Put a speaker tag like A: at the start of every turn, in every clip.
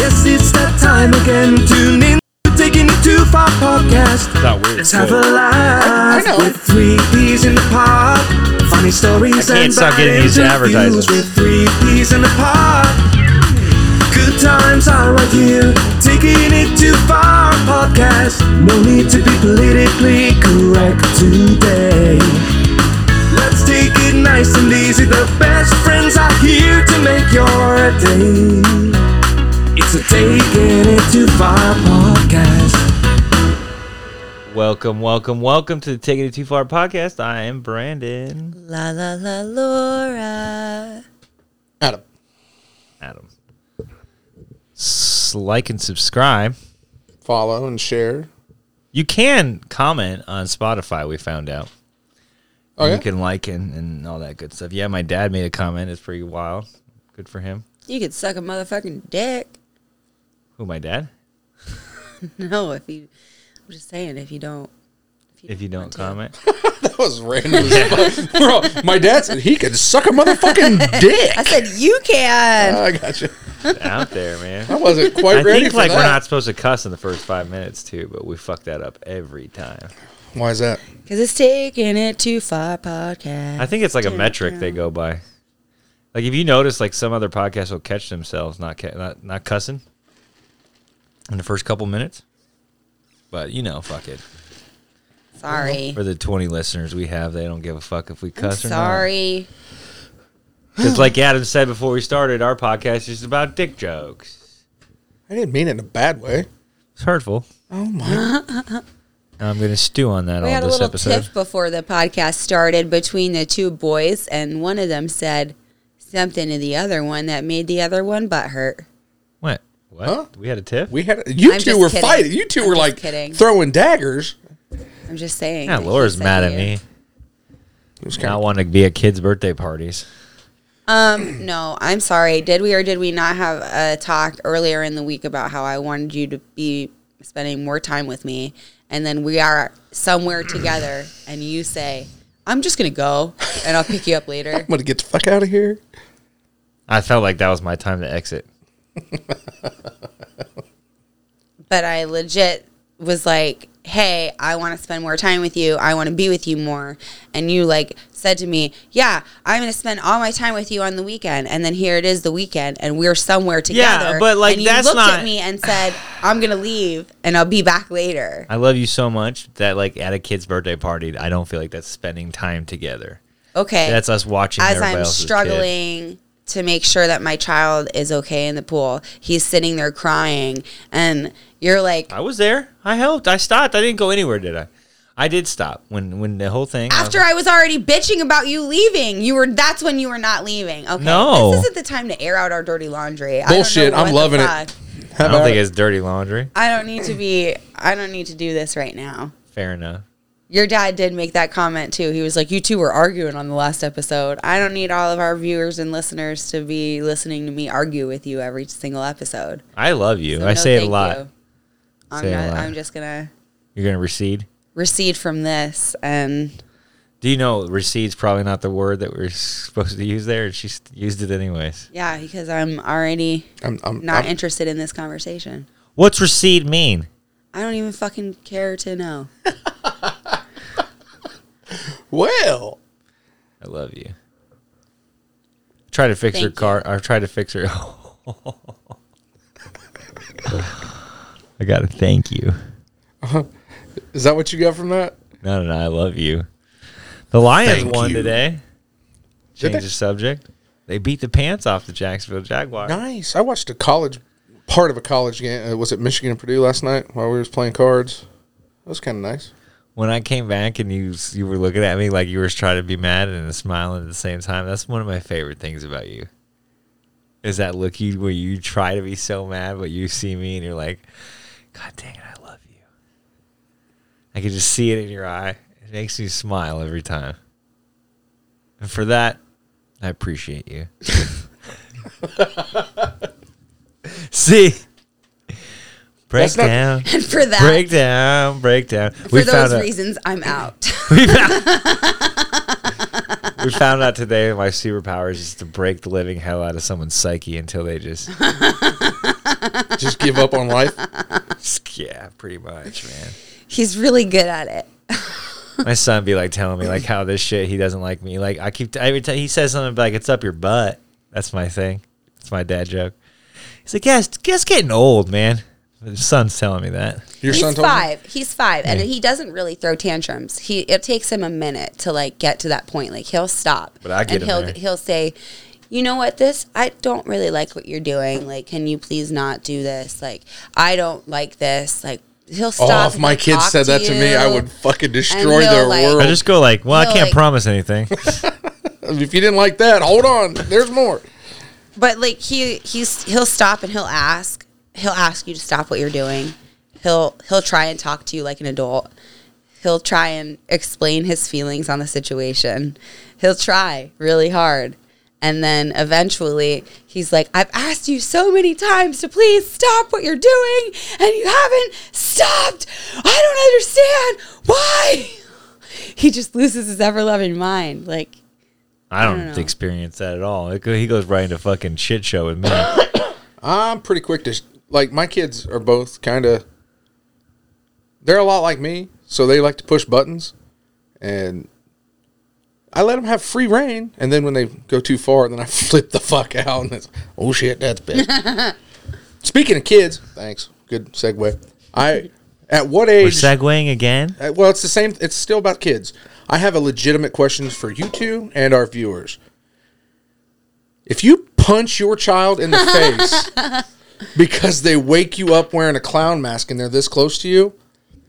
A: Yes, it's that time again. Tune in to Taking It Too Far podcast.
B: That weird.
A: Let's have a laugh
C: I know.
A: with three P's in the pod. Funny stories
B: I can't
A: and
B: stop getting
A: bad
B: these
A: interviews
B: advertisements.
A: with three P's in the pod. Good times are right here. Taking it too far podcast. No need to be politically correct today. Let's take it nice and easy. The best friends are here to make your day. It's a taking it too far podcast.
B: Welcome, welcome, welcome to the Taking It Too Far podcast. I am Brandon.
C: La la la Laura.
D: Adam.
B: Adam. S- like and subscribe.
D: Follow and share.
B: You can comment on Spotify, we found out.
D: Oh, yeah?
B: You can like and, and all that good stuff. Yeah, my dad made a comment. It's pretty wild. Good for him.
C: You could suck a motherfucking dick.
B: Who, my dad?
C: No, if you. I'm just saying, if you don't.
B: If you don't
C: want to.
B: comment.
D: That was random. as fuck. Bro, my dad said he could suck a motherfucking dick.
C: I said you can.
D: I got you.
B: out there, man.
D: I wasn't quite
B: I
D: ready
B: think
D: for
B: like
D: that.
B: we're not supposed to cuss in the first five minutes too, but we fuck that up every time.
D: Why is that?
C: Because it's taking it too far podcast.
B: I think it's like a
C: Turn it
B: metric they
C: down.
B: go by. Like if you notice, like some other podcasts will catch themselves not ca- not not cussing in the first couple minutes. But you know, fuck it.
C: Sorry.
B: For the twenty listeners we have, they don't give a fuck if we
C: I'm
B: cuss or not.
C: sorry.
B: Because like Adam said before we started, our podcast is about dick jokes.
D: I didn't mean it in a bad way.
B: It's hurtful.
D: Oh my!
B: I'm gonna stew on that
C: We
B: all
C: had a
B: this
C: little
B: episode.
C: tiff before the podcast started between the two boys, and one of them said something to the other one that made the other one butt hurt.
B: What? What?
D: Huh?
B: We had a tiff?
D: We had you
C: I'm
D: two
C: just
D: were
C: kidding.
D: fighting. You 2
C: I'm
D: were
C: just
D: like
C: kidding.
D: throwing daggers.
C: I'm just saying.
B: yeah,
C: that he
B: Laura's
C: said
B: mad
C: to
B: at
C: you.
B: me.
D: It was
B: Now I
D: kind
B: want to be at kids' birthday parties.
C: Um, no, I'm sorry. Did we or did we not have a talk earlier in the week about how I wanted you to be spending more time with me, and then we are somewhere together, and you say, "I'm just gonna go, and I'll pick you up later."
D: I'm gonna get the fuck out of here.
B: I felt like that was my time to exit.
C: but I legit was like, "Hey, I want to spend more time with you. I want to be with you more." And you like said to me, "Yeah, I'm going to spend all my time with you on the weekend." And then here it is, the weekend, and we're somewhere
B: Yeah,
C: together.
B: but, like,
C: and
B: that's
C: you looked
B: not-
C: at me and said, "I'm going to leave, and I'll be back later."
B: I love you so much that like at a kid's birthday party, I don't feel like that's spending time together.
C: Okay,
B: That's us watching
C: as
B: everybody
C: I'm
B: else's kid.
C: struggling to make sure that my child is okay in the pool. He's sitting there crying, and you're like,
B: I was there. I helped. I stopped. I didn't go anywhere, did I? I did stop when when the whole thing.
C: after I was already bitching about you leaving. You were that's when you were not leaving. Okay.
B: No.
C: This isn't the time to air out our dirty laundry. I don't know
D: Bullshit.
C: what
D: I'm
C: the
D: loving
C: fuck.
D: it. How
B: I don't
D: about
B: think
D: it?
B: it's dirty laundry.
C: I don't need to be I don't need to do this right now.
B: Fair enough.
C: Your dad did make that comment too. He was like, You two were arguing on the last episode. I don't need all of our viewers and listeners to be listening to me argue with you every single episode.
B: I love you.
C: So
B: I
C: no,
B: say it a
C: thank
B: lot.
C: you. I'm,
B: Say it a
C: not-
B: lot.
C: I'm just gonna
B: You're gonna recede.
C: recede from this and
B: Do you know recede's probably not the word that we're supposed to use there, and she s- used it anyways.
C: yeah, because I'm already
D: I'm, I'm,
C: not
D: I'm-
C: interested in this conversation.
B: What's recede mean?
C: I don't even fucking care to know.
D: well,
B: I love you. Try to fix her
C: Thank
B: car. I tried to fix her. I gotta thank you.
D: is that what you got from that?
B: No, no, no. I love you. The Lions
D: Thank
B: won
D: you.
B: today.
D: Did
B: Change
D: they?
B: the subject. They beat the pants off the Jacksonville Jaguars.
D: Nice. I watched a college part of a college game. Uh, was it Michigan and Purdue last night while we was playing cards? That was kind of nice.
B: When I came back and you s- you were looking at me like you were trying to be mad and smiling at the same time, that's one of my favorite things about you. Is that look you where you try to be so mad, but you see me and you're like, God dang it, I love you. I can just see it in your eye. It makes me smile every time. And for that, I appreciate you. see? Break
D: That's not-
B: down.
C: And for that,
B: Break down, break down.
C: for those
B: out-
C: reasons, I'm out.
B: we found, we found out today that my superpowers is to break the living hell out of someone's psyche until they just
D: Just give up on life.
B: Yeah, pretty much, man.
C: He's really good at it.
B: My son be like telling me like how this shit he doesn't like me. Like I keep every time he says something like it's up your butt. That's my thing. That's my dad joke. He's like, yeah, it's, it's getting old, man. His son's telling me that.
D: Your son
C: He's
D: told you?
C: five. He's five, and he doesn't really throw tantrums. He it takes him a minute to like get to that point. Like he'll stop,
B: But I get
C: and
B: him
C: he'll
B: there.
C: he'll say, "You know what? This I don't really like what you're doing. Like, can you please not do this? Like, I don't like this. Like." He'll
D: Oh,
C: stop.
D: if my
C: and
D: kids
C: talk
D: said
C: to
D: that to me, I
C: you.
D: would fucking destroy
C: he'll,
D: their
C: like-
D: world.
B: I just go like, well, I
C: No,
B: can't
C: like-
B: promise anything.
D: if you didn't like that, hold on. There's more.
C: But like he he's he'll stop and he'll ask. He'll ask you to stop what you're doing. He'll he'll try and talk to you like an adult. He'll try and explain his feelings on the situation. He'll try really hard. And then eventually he's like, I've asked you so many times to please stop what you're doing and you haven't stopped. I don't understand why. He just loses his ever loving mind. Like
B: I don't,
C: don't know.
B: experience that at all. It go- he goes right into fucking shit show with me.
D: I'm pretty quick to sh- like my kids are both kind of they're a lot like me, so they like to push buttons and I let them have free reign and then when they go too far, then I flip the fuck out and it's oh shit, that's bad. Speaking of kids, thanks. Good segue. I at what
B: We're
D: age
B: segueing again.
D: uh, well, it's the same. It's still about kids. I have a legitimate question for you two and our viewers. If you punch your child in the face because they wake you up wearing a clown mask and they're this close to you,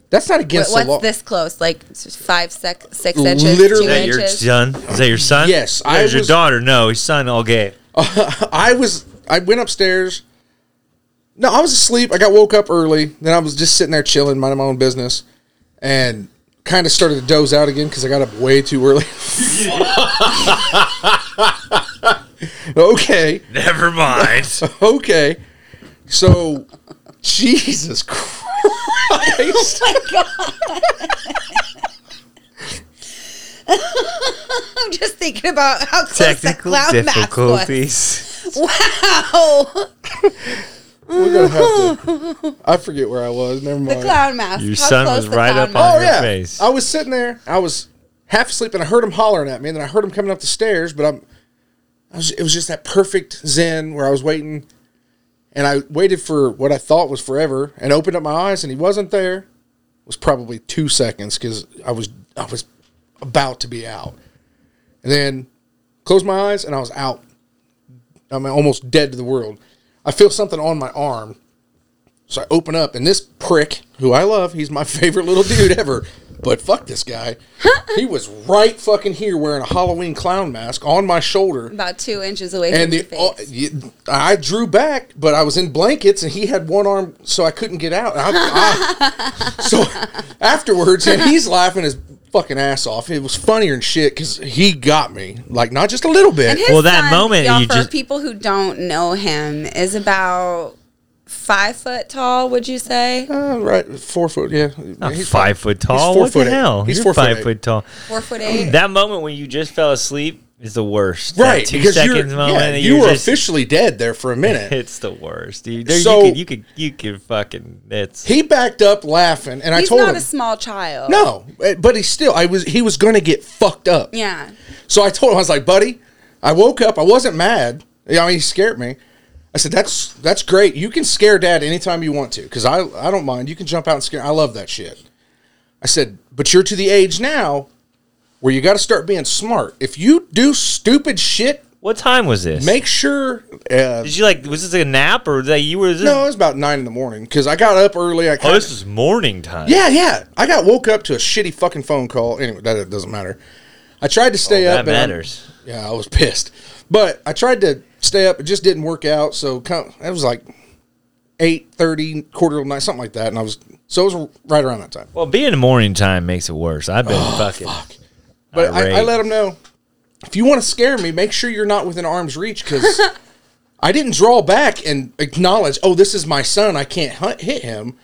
D: that's not
C: But
D: against
C: what's
D: the law.
C: this close? Like s- five sec, six inches,
D: Literally-
C: two
B: Is that your
C: inches.
B: son? Is that your son?
D: Yes, I
B: There's your
D: was-
B: daughter. No, his son all gay.
D: I was. I went upstairs. No, I was asleep. I got woke up early. Then I was just sitting there chilling, minding my own business, and kind of started to doze out again because I got up way too early. okay.
B: Never mind.
D: Okay. So, Jesus
C: Oh
D: Christ.
C: I'm just thinking about how close
B: Technical
C: that clown mask was.
B: difficulties.
C: Wow,
D: We're going to have to. I forget where I was. Never
C: the
D: mind.
C: clown mask.
B: Oh, Your
C: how
B: son
C: close
B: was
C: the
B: right
C: clown
B: up
C: mask.
B: on
D: Oh,
B: your
D: yeah.
B: face.
D: I was sitting there. I was half asleep and I heard him hollering at me. And then I heard him coming up the stairs, but I'm. I was, it was just that perfect zen where I was waiting and I waited for what I thought was forever and opened up my eyes and he wasn't there. It was probably two seconds because I was I was about to be out. And then closed my eyes and I was out. I'm almost dead to the world. I feel something on my arm. So I open up and this prick, who I love, he's my favorite little dude ever. But fuck this guy. he was right fucking here wearing a Halloween clown mask on my shoulder
C: About two inches away from
D: and the
C: the, face.
D: oh, y- I drew back, but I was in blankets, and he had one arm, so I couldn't get out. And I- I- so afterwards, and he's laughing his fucking ass off. It was funnier and shit because he got me, like not just a little bit.
C: And his
B: Well, that
C: son,
B: moment
C: y'all,
B: you
C: for
B: just-
C: people who don't know him, is about five foot tall. Would you say
D: Uh, right, four foot, yeah.
B: Not
D: He's
B: five foot tall.
D: four
B: what
D: foot
B: the
D: eight.
B: hell?
D: He's
B: You're
D: four foot
B: five
D: eight.
B: foot tall.
C: four foot
D: Oh,
C: eight?
B: That moment when you just fell asleep is the worst. That
D: right
B: two
D: because
B: seconds
D: you're,
B: moment.
D: yeah,
B: that
D: you
B: you're
D: were
B: just-
D: officially dead there for a minute.
B: It's the worst. dude. There- You,
D: So-
B: could, you could you could fucking. It's
D: He backed up laughing, and I
C: He's
D: told
C: not
D: him
C: a small child.
D: no, but he still, I was, he was going to get fucked up.
C: Yeah.
D: So I told him, I was like, buddy, I woke up. I wasn't mad. I mean, he scared me. I said, that's that's great. You can scare dad anytime you want to because I, I don't mind. You can jump out and scare. I love that shit. I said, but you're to the age now where you got to start being smart. If you do stupid shit,
B: what time was this?
D: make sure. Uh,
B: Did you like? Was this a nap or was that you were? This,
D: no, it was about nine in the morning because I got up early. I
B: Oh,
D: kinda-
B: this is morning time.
D: yeah, yeah. I got woke up to a shitty fucking phone call. Anyway, that doesn't matter. I tried to stay
B: Oh, that
D: up. and I'm-
B: matters.
D: Yeah, I was pissed, but I tried to stay up. It just didn't work out. So kind of- it was like eight thirty, quarter to night, something like that. And I was so it was right around that time.
B: Well, being in morning time makes it worse. I've been
D: Oh,
B: fucking.
D: But I, I
B: irate.
D: let him know if you want to scare me, make sure you're not within arm's reach because I didn't draw back and acknowledge. Oh, this is my son. I can't hunt, hit him.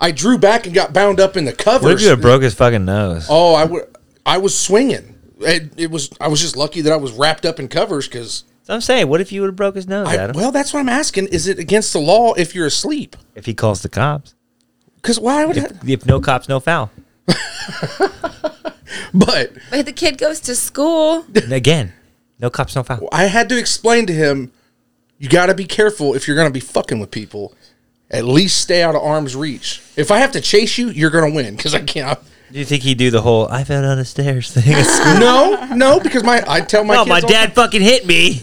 D: I drew back and got bound up in the covers.
B: What if you have broke his fucking nose?
D: Oh, I would. I was swinging. It, it was. I was just lucky that I was wrapped up in covers because
B: So I'm saying, what if you would have broke his nose,
D: I,
B: Adam?
D: well, that's what I'm asking. Is it against the law if you're asleep?
B: if he calls the cops,
D: Because why would
B: if,
D: that?
B: if no cops, no foul.
D: But
C: But the kid goes to school.
B: And again, no cops, no foul.
D: I had to explain to him, you got to be careful if you're going to be fucking with people. At least stay out of arm's reach. If I have to chase you, you're going to win because I can't.
B: Do you think he'd do the whole "I fell down the stairs" thing? at school?
D: No, no, because my I tell my
B: no,
D: kids
B: my
D: all-
B: dad fucking hit me.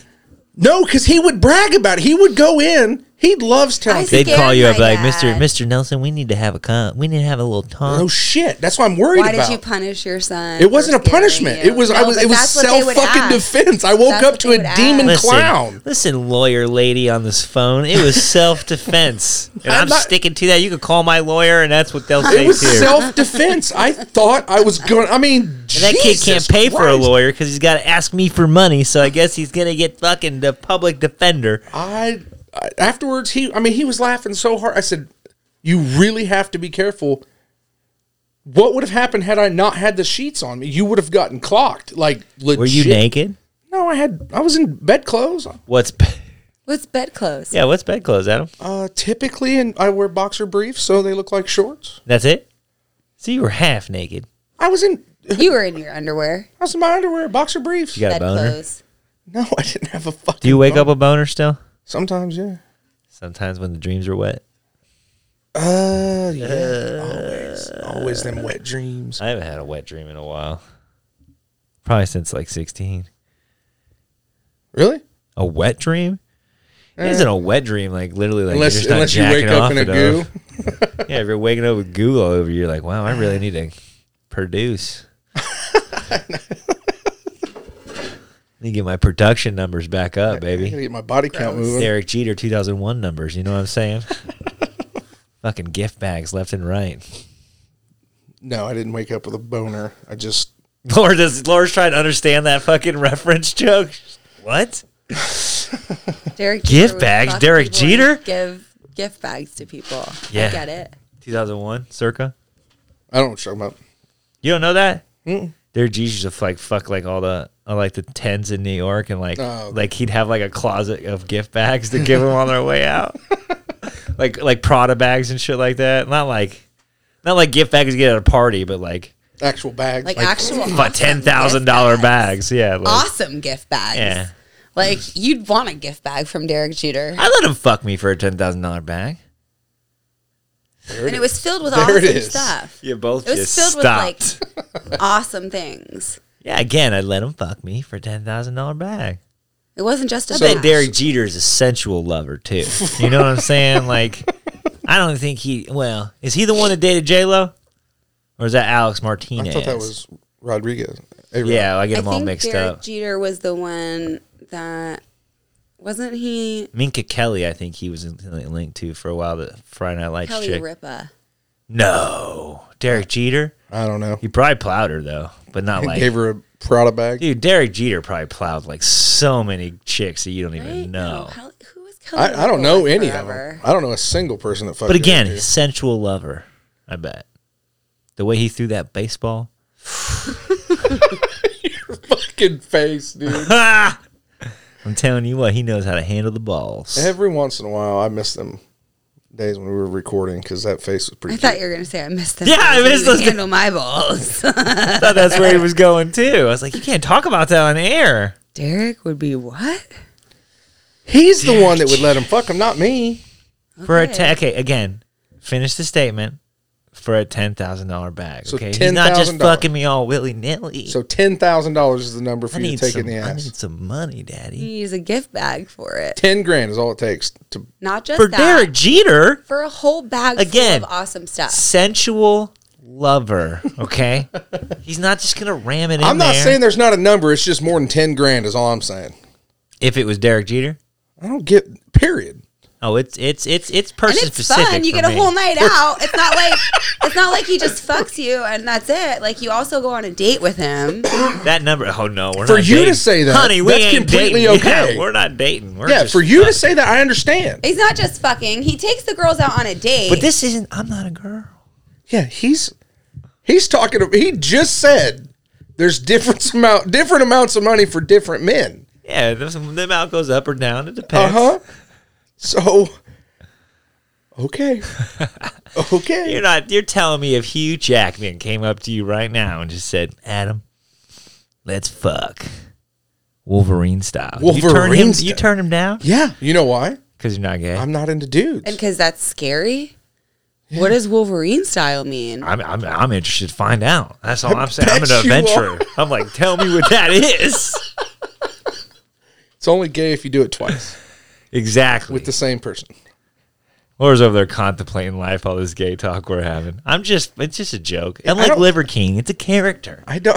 D: No, because he would brag about it. He would go in. He loves telling
C: I
D: people.
B: They'd
C: Scared
B: call you up
C: my
B: like, "Mister,
C: dad.
B: Mister Nelson, we need to have a con- we need to have a little talk."
D: No shit. That's what I'm worried
C: Why
D: about.
C: did you punish your son?
D: it wasn't a
C: for scaring
D: punishment.
C: you?
D: It was I
C: No,
D: was
C: but
D: it was
C: that's what they
D: self
C: would
D: fucking
C: ask.
D: defense. I woke
C: That's
D: up
C: what
D: to
C: they
D: a
C: would ask.
D: demon
B: listen,
D: clown.
B: listen, lawyer lady on this phone. It was self defense, and I'm,
D: I'm not-
B: sticking to that. You could call my lawyer, and that's what they'll say
D: It was
B: too.
D: self defense. I thought I was going. I mean,
B: And that kid can't pay for a lawyer because he's got to ask me for money. So I guess he's gonna get fucking the public defender.
D: I, I afterwards he. I mean, he was laughing so hard. I said, "You really have to be careful." What would have happened had I not had the sheets on me? You would have gotten clocked. Like legit.
B: Were you naked?
D: No, I had. I was in bedclothes.
B: What's be-
C: What's bedclothes?
B: yeah? What's bedclothes, Adam?
D: Uh, typically, and I wear boxer briefs, so they look like shorts.
B: That's it. So you were half naked.
D: I was in. I
C: You were in your underwear.
D: was in my underwear, boxer briefs.
B: You got a boner.
C: Bedclothes.
D: No, I didn't have a fucking.
B: Do you wake up a boner still?
D: Sometimes, yeah.
B: Sometimes when the dreams are wet.
D: Uh, yeah. always, always them wet dreams.
B: I haven't had a wet dream in a while. Probably since like 16.
D: Really?
B: A wet dream? It isn't a wet dream like literally like
D: Unless,
B: you're just not
D: unless you wake
B: jacking
D: up in a
B: off
D: goo.
B: enough. Yeah, if you're waking up with goo all over you, you're like, wow, I really need to produce. Let me get my production numbers back up,
D: I
B: baby.
D: gotta get my body count moving.
B: Derek Jeter 2001 numbers, you know what I'm saying? Fucking gift bags left and right.
D: No, I didn't wake up with a boner. I just
B: Laura does Laura's trying to understand that fucking reference joke. What?
C: Derek
B: Gift
C: Jeter would
B: bags?
C: fuck
B: Derek
C: people and
B: Jeter?
C: Give gift bags to people.
B: Yeah.
C: I get it.
B: 2001, circa.
D: I don't know what you're talking about.
B: You don't know that? Their G used to like fuck like all the uh, like the tens in New York and like
D: Oh.
B: like he'd have like a closet of gift bags to give them on their way out, like like Prada bags and shit like that. Not like not like gift bags you get at a party, but like
D: Actual bag.
C: Like,
D: Like,
C: actual awesome
B: about ten thousand dollar
C: gift
B: bags. Yeah, like,
C: Awesome gift bags.
B: yeah.
C: Like you'd want a gift bag from Derek Jeter.
B: I let him fuck me for a ten thousand dollar bag.
C: and it was filled with
D: There it
C: awesome
D: is.
C: stuff.
B: You both
C: It was
B: just
C: filled with,
B: stopped.
C: like- Awesome things.
B: yeah, again, I let him fuck me for a ten thousand dollar bag.
C: It wasn't just a
B: I bet
C: bag.
B: Derek Jeter is a sensual lover too. You know what I'm saying? Like, I don't think he. Well, is he the one that dated J Lo, or is that Alex
D: I
B: Martinez?
D: thought that was Rodriguez. A-Rod.
B: Yeah, I get
C: I
B: them all
C: think
B: mixed
C: Derek
B: up.
C: Jeter was the one that wasn't he
B: Minka Kelly, I think he was in- linked to for a while. The Friday Night Lights
C: Kelly
B: chick.
C: Ripa.
B: No, Derek Jeter.
D: I don't know.
B: He probably plowed her though, but not like.
D: Gave her a Prada bag.
B: Dude, Derek Jeter probably plowed like so many chicks that you don't even
C: Right?
B: know.
C: Kel- who was Kelly
D: I, I
C: Ripa
D: don't know
C: with
D: any of
C: forever?
D: them. I don't know a single person that fucked.
B: But again,
D: Derek Jeter.
B: sensual lover, I bet. The way he threw that baseball.
D: fucking face, dude.
B: Ah! I'm telling you what, he knows how to handle the balls.
D: Every once in a while, I miss them days when we were recording because that face was pretty.
C: I thought you were gonna say I missed this.
B: Yeah, I
C: He
B: missed
C: didn't
B: this.
C: Handle my balls.
B: I thought that's where he was going too. I was like, you can't talk about that on air.
C: Derek would be what?
D: He's the one that would let him fuck him, not me.
B: For a
C: Okay.
B: ten, okay, again, finish the statement. For a ten thousand dollar bag,
D: So
B: okay, he's not just
D: $10,000.
B: fucking me all willy nilly.
D: So ten thousand dollars is the number for
B: I
D: you to
B: need
D: take
B: some,
D: in the
B: I
D: ass.
B: need some money, Daddy.
C: He used a gift bag for it.
D: Ten grand is all it takes to.
C: Not just
B: For
C: that.
B: Derek Jeter,
C: for a whole bag
B: Again.
C: full of awesome stuff.
B: sensual lover, okay, he's not just gonna ram it in.
D: I'm not
B: there.
D: saying there's not a number. It's just more than ten grand is all I'm saying.
B: if it was Derek Jeter.
D: I don't get. Period.
B: Oh, it's it's it's it's
C: And
B: person
C: it's
B: specific.
C: fun. You
B: for
C: get a
B: me.
C: whole night out. It's not like it's not like he just fucks you and that's it. Like you also go on a date with him.
B: That number. Oh no, we're
D: For
B: not
D: you to
B: dating.
D: say that,
B: honey, we
D: that's
B: ain't
D: completely
B: dating.
D: okay.
B: Yeah, we're not dating. We're
D: Yeah,
B: just
D: for you to
B: fucking-
D: say that, I understand.
C: He's not just fucking. He takes the girls out on a date.
B: But this isn't. I'm not a girl.
D: Yeah, he's he's talking. He just said there's different amount different amounts of money for different men.
B: Yeah, the, the amount goes up or down. It
D: Uh
B: depends.
D: huh. So, okay, okay.
B: You're not. You're telling me if Hugh Jackman came up to you right now and just said, "Adam, let's fuck." Wolverine style. you turn him,
D: Wolverine
B: You
D: style.
B: turn him down
D: yeah, you know why?
B: because you're not gay.
D: I'm not into dudes.
C: And because that's scary. What does Wolverine style mean?
B: I'm, I'm, I'm interested to find out. That's all I am saying. I'm an
D: bet you
B: adventurer. I'm like, tell me what that is.
D: It's only gay if you do it twice
B: Exactly.
D: with the same person.
B: Laura's over there contemplating life, all this gay talk we're having. I'm just, it's just a joke. And like
D: don't-
B: Liver King, it's a character.
D: I don't.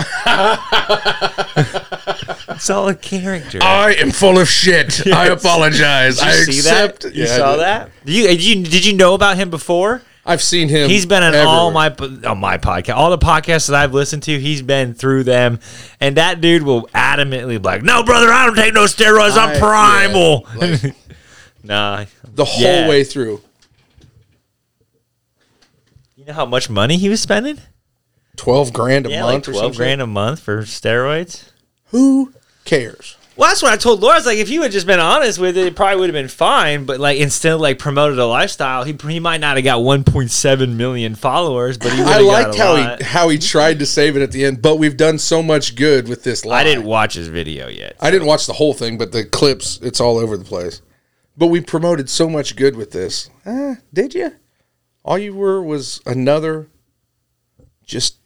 B: It's all a character.
D: I am full of shit. I apologize.
B: Did you see that? You
D: Yeah, I
B: saw
D: did.
B: that? You, you did you know about him before?
D: I've seen him.
B: He's been on all
D: everywhere.
B: my po- on my podcast, all the podcasts that I've listened to. He's been through them, and that dude will adamantly be like, "No, brother, I don't take no steroids.
D: I-
B: I'm
D: yeah,
B: primal." nah,
D: the whole
B: Yeah.
D: way through.
B: you know how much money he was spending?
D: Twelve grand a
B: Yeah, like
D: month. or
B: twelve
D: some
B: grand
D: shit.
B: a month for steroids.
D: Who cares?
B: Well, that's what I told Laura. I was like, if you had just been honest with it, it probably would have been fine. But like, instead, of like promoted a lifestyle, he, he might not have got 1.7 million followers, but he would
D: I
B: have got
D: liked
B: a
D: how
B: lot.
D: he how he tried to save it at the end, but we've done so much good with this. Lie.
B: I didn't watch his video yet.
D: I didn't watch the whole thing, but the clips, it's all over the place. But we promoted so much good with this. Eh, did you? All you were was another just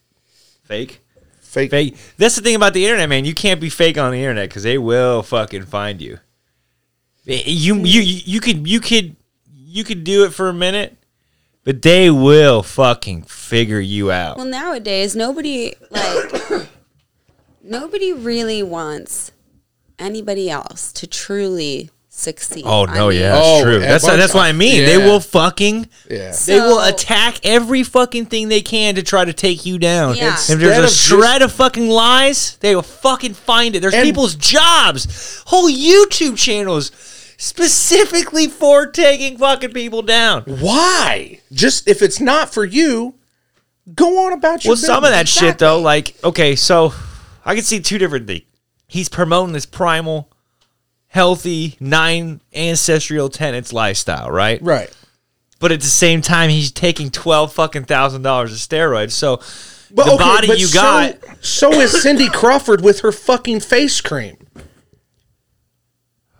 B: Fake.
D: fake.
B: fake. That's the thing about the internet, man. You can't be fake on the internet because they will fucking find you. Eh, You you you could you could you could do it for a minute, but they will fucking figure you out.
C: Well, nowadays, nobody, like, nobody really wants anybody else to truly succeed.
B: Oh
C: I
B: no,
C: mean,
B: yeah, that's
D: Oh,
B: true.
D: and
B: That's
D: bunch
B: that's what I
D: of-
B: mean. They
D: yeah.
B: will fucking
D: Yeah.
B: they will
C: So-
B: attack every fucking thing they can to try to take you down.
C: Yeah.
B: If
D: Instead of
B: there's a
D: just-
B: shred of fucking lies, they will fucking find it. There's
D: And-
B: people's jobs, whole YouTube channels specifically for taking fucking people down.
D: Why? Just if it's not for you, go on about your
B: well, some of that
D: business.
B: shit though, like okay, so I can see two different things. He's promoting this primal, healthy nine ancestral tenants lifestyle, right?
D: Right.
B: But at the same time, he's taking twelve fucking thousand dollars of steroids. So
D: But
B: the
D: okay,
B: body
D: but
B: you
D: so,
B: got,
D: So is Cindy Crawford with her fucking face cream.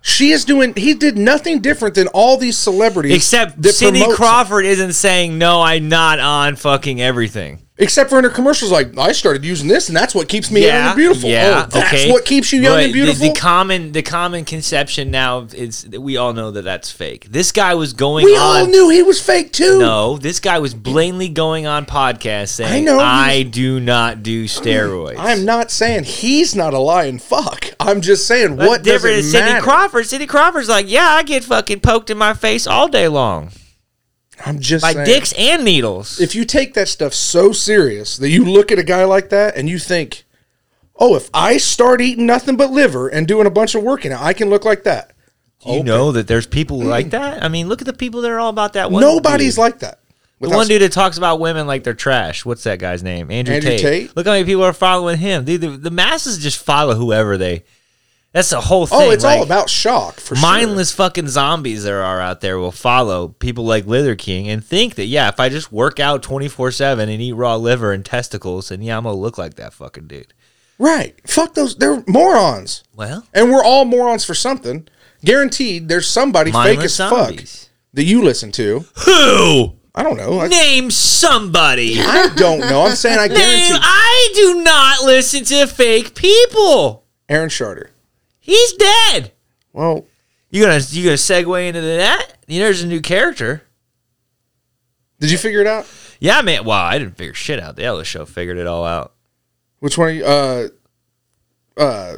D: She is doing. He did nothing different than all these celebrities,
B: except
D: that
B: Cindy
D: promote-
B: Crawford isn't saying no. I'm not on fucking everything.
D: Except for in her commercials, like I started using this, and that's what keeps me young and beautiful.
B: Yeah,
D: oh, that's
B: okay.
D: what keeps you young
B: But
D: and beautiful.
B: The, the common, the common conception now is that we all know that that's fake. This guy was going
D: we
B: on.
D: all knew he was fake too.
B: No, this guy was blatantly going on podcasts saying, I,
D: I know, he's-
B: do not do steroids.
D: I'm not saying he's not a lying fuck. I'm just saying
B: But
D: what
B: different
D: different
B: is
D: does it
B: Cindy
D: matter?
B: Crawford? Cindy Crawford's like, yeah, I get fucking poked in my face all day long
D: I'm just
B: by
D: saying.
B: dicks and needles.
D: if you take that stuff so serious that you look at a guy like that and you think, oh, if I start eating nothing but liver and doing a bunch of working out, I can look like that.
B: you know that there's people like that. I mean, look at the people that are all about that. One
D: Mm. Nobody's
B: dude.
D: like that.
B: The
D: Without-
B: one dude that talks about women like they're trash. What's that guy's name? Andrew,
D: Andrew
B: Tate.
D: Tate?
B: Look how many people are following him. Dude, the, the masses just follow whoever they. That's the whole thing.
D: oh, it's all
B: like-
D: about shock for
B: mindless fucking zombies there are out there will follow people like Lither King and think that yeah, if I just work out twenty four seven and eat raw liver and testicles, and yeah, I'm gonna look like that fucking dude.
D: sure. Right. Fuck those. They're morons.
B: Well,
D: And we're all morons for something. Guaranteed, there's somebody fake
B: mindless
D: as fuck
B: zombies.
D: that you listen to.
B: Who?
D: I don't know. I,
B: Name somebody. Name.
D: I don't know. I'm saying I guarantee
B: I do not listen to fake people.
D: Aaron Charter.
B: He's dead.
D: Well,
B: You gonna you gonna segue into that? You know, there's a new character.
D: did you figure it out?
B: Yeah, man. Wow, I didn't figure shit out. The Ellis Show figured it all out.
D: Which one are you? Uh, uh,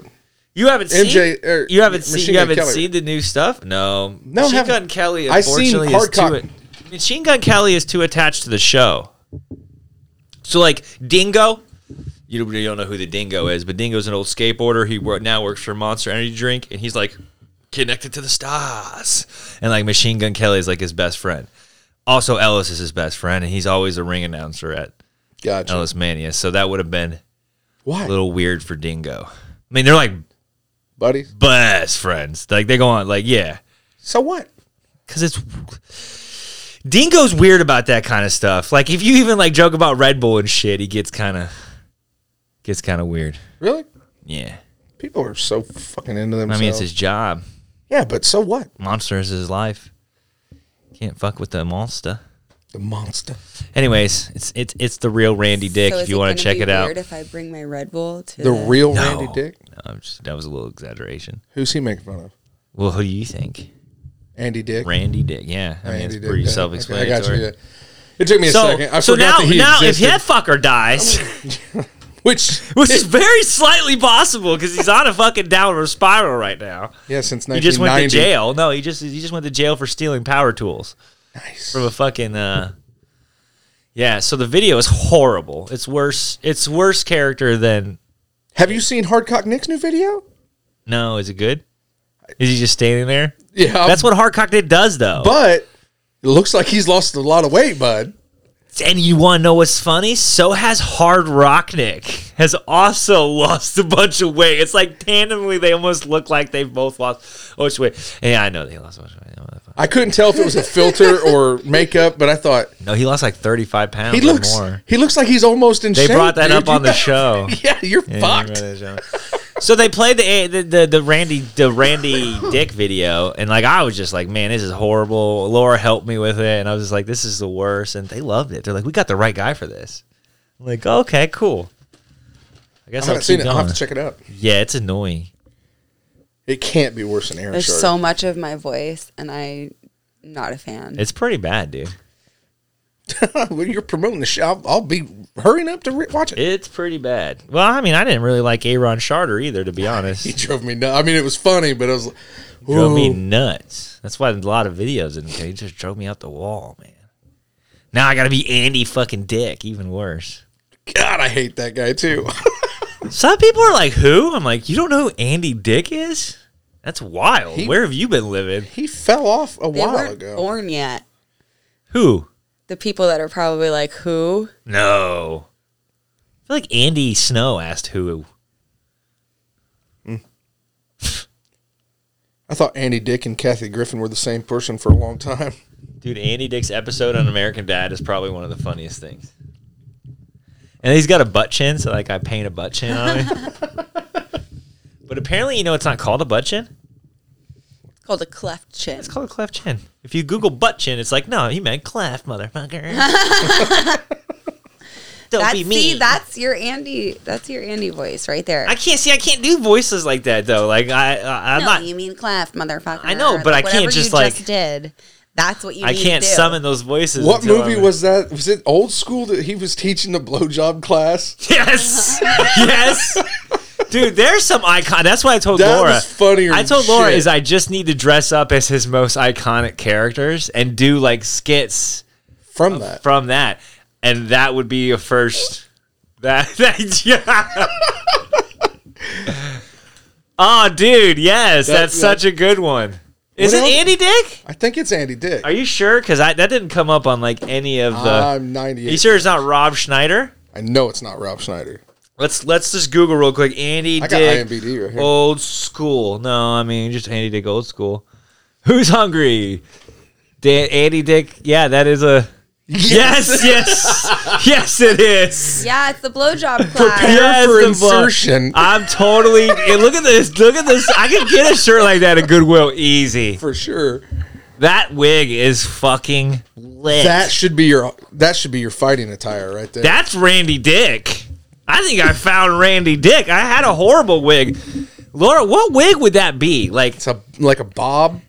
B: You haven't
D: MJ
B: seen
D: or
B: you haven't
D: Machine
B: seen you
D: Gun
B: haven't
D: er, Kelly.
B: seen the new stuff. No,
D: No,
B: Machine
D: haven't.
B: Gun Kelly.
D: I seen
B: Unfortunately, is
D: Hard Cock.
B: too. Machine Gun Kelly is too attached to the show. So like Dingo, you don't- you don't know who the Dingo is, but Dingo's an old skateboarder. He wor- now works for Monster Energy Drink, and he's like connected to the stars. And like Machine Gun Kelly is like his best friend. Also, Ellis is his best friend, and he's always a ring announcer at Oh,
D: gotcha.
B: Ellis Mania. So that would have been
D: Why?
B: a little weird for Dingo. I mean, they're like
D: buddy.
B: best friends. Like they go on, like yeah,
D: So what?
B: because it's Dingo's weird about that kind of stuff. Like if you even like joke about Red Bull and shit, he gets kind of gets kind of weird.
D: Really?
B: Yeah,
D: People are so fucking into
B: I
D: themselves.
B: mean it's his job.
D: yeah, but so what?
B: Monster is his life. Can't fuck with the monster.
D: The monster.
B: Anyways, it's it's it's the real Randy Dick.
C: So is
B: if you
C: it
B: want
C: gonna
B: to check
C: be
B: it out,
C: weird if I bring my Red Bull to
D: The real
B: No.
D: Randy Dick.
B: No, I'm just, that was a little exaggeration.
D: Who's he making fun of?
B: Well, who do you think?
D: Andy Dick.
B: Randy Dick. Yeah, I mean
D: Randy
B: it's
D: Dick.
B: pretty
D: Yeah.
B: self-explanatory.
D: Okay, I got you. Yeah. It took me a second.
B: So,
D: I
B: so
D: forgot
B: now,
D: that he
B: now if
D: existed,
B: that fucker dies,
D: which
B: which is very slightly possible because he's on a fucking downward spiral right now.
D: yeah, since
B: He
D: 1990,
B: just went to jail. No, he just he just went to jail for stealing power tools
D: Nice.
B: from a fucking. Uh, yeah, so the video is horrible. It's worse. It's worse character than.
D: Have you seen Hardcock Nick's new video?
B: No, is it good? Is he just standing there?
D: Yeah, I'm-
B: That's what Harcock did does though.
D: But it looks like he's lost a lot of weight, bud.
B: and you want to know what's funny? So has Hard Rocknick has also lost a bunch of weight. It's like tandemly they almost look like they both lost oh wait. Yeah, I know they lost a bunch of weight.
D: I couldn't tell if it was a filter or makeup, but I thought
B: No, he lost like thirty five pounds
D: he
B: or
D: looks
B: more.
D: he looks like he's almost in
B: They
D: shape.
B: brought that
D: dude.
B: up on
D: You
B: the
D: got-
B: show.
D: Yeah, you're
B: Yeah, I
D: fucked.
B: remember that show. so they played the, the the the Randy the Randy Dick video, and like I was just like, man, this is horrible. Laura helped me with it, and I was just like, this is the worst. And they loved it. They're like, we got the right guy for this. I'm like, okay, cool. I
D: I
B: guess I'll
D: haven't
B: keep
D: seen it. I'll
B: going.
D: have to check it out.
B: Yeah, it's annoying.
D: It can't be worse than Aaron
C: There's
D: Sharp.
C: so much of my voice, and I'm not a fan.
B: It's pretty bad, dude.
D: when you're promoting the show, I'll, I'll be hurrying up to re- watch it.
B: It's pretty bad. Well, I mean, I didn't really like Aaron Charter either, to be honest.
D: He drove me nuts. I mean, it was funny, but I was like,
B: drove me
D: "Ooh."
B: nuts. That's why a lot of videos didn't He just drove me out the wall, man. Now I gotta be Andy fucking Dick, even worse.
D: God, I hate that guy too.
B: Some people are like, "Who?" I'm like, "You don't know who Andy Dick is? That's wild.
D: He-
B: Where have you been living?
D: he fell off a
C: they
D: while
C: weren't
D: ago.
C: born yet.
B: Who?
C: The people that are probably like, who?
B: No. I feel like Andy Snow asked who.
D: I thought Andy Dick and Kathy Griffin were the same person for a long time.
B: Dude, Andy Dick's episode on American Dad is probably one of the funniest things. And he's got a butt chin, so like I paint a butt chin on him. but apparently, you know, it's not called a butt chin.
C: It's called a cleft chin.
B: It's called a cleft chin. If you Google butt chin, it's like, no, you meant cleft, motherfucker. Don't
C: That's,
B: be mean.
C: See, that's your Andy. That's your Andy voice right there.
B: I can't see. I can't do voices like that though. Like I, I I'm
C: no,
B: not.
C: you mean cleft, motherfucker.
B: I know, but I can't
C: Whatever
B: just,
C: you
B: like-
C: just did. That's what you.
B: I
C: need
B: can't
C: to do.
B: summon those voices.
D: What
B: until
D: movie
B: I'm-
D: was that? Was it old school that he was teaching the blowjob class?
B: Yes. yes. Dude, there's some icon. That's why I told
D: That
B: Laura.
D: was funnier
B: I
D: than
B: told Laura
D: shit.
B: is I just need to dress up as his most iconic characters and do like skits
D: From that.
B: Uh, from that, and that would be a first. That, that yeah. oh, dude, yes,
D: That-
B: that's
D: that-
B: such a good one. Is it
D: else?
B: Andy Dick?
D: I think it's Andy Dick.
B: Are you sure? Because that didn't come up on like any of the.
D: Ah, I'm 98.
B: you sure it's not Rob Schneider?
D: I know it's not Rob Schneider.
B: Let's let's just Google real quick. Andy
D: I got
B: Dick,
D: IMBD right here.
B: old school. No, I mean just Andy Dick, old school. Who's hungry? Dan, Andy Dick. Yeah, that is a yes, yes, yes. It is.
C: Yeah, it's the blowjob
D: Prepare
C: class.
B: Yes,
D: for
B: the book.
D: insertion.
B: I'm totally. and look at this. Look at this. I could get a shirt like that at Goodwill easy.
D: For sure.
B: That wig is fucking lit.
D: That should be your that should be your fighting attire right there.
B: That's Randy Dick. I think I found Randy Dick. I had a horrible wig. Laura, what wig would that be? Like,
D: it's a like a bob.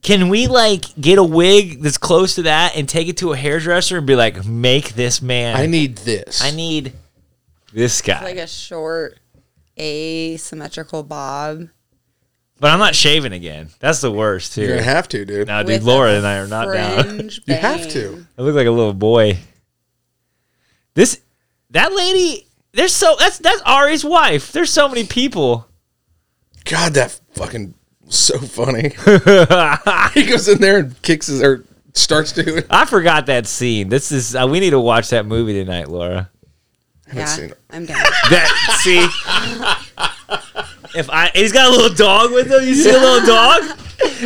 B: can we like get a wig that's close to that and take it to a hairdresser and be like, make this man?
D: I need this.
B: I need this guy.
C: Like a short, asymmetrical bob.
B: but I'm not shaving again. That's the worst
D: You're
B: too.
D: gonna have to, dude.
B: Nah, dude,
C: with
B: Laura
C: a
B: and I are not down.
C: fringe
D: You have
C: bang.
D: to.
B: I look like a little boy. This that lady. There's so that's that's Ari's wife. There's so many people.
D: God, that fucking was so funny. he goes in there and kicks his or starts doing. it.
B: I forgot that scene. This is uh, we need to watch that movie tonight, Laura.
D: haven't
C: Yeah,
D: seen it.
C: I'm down.
B: That see, If I he's got a little dog with him, you see a little dog.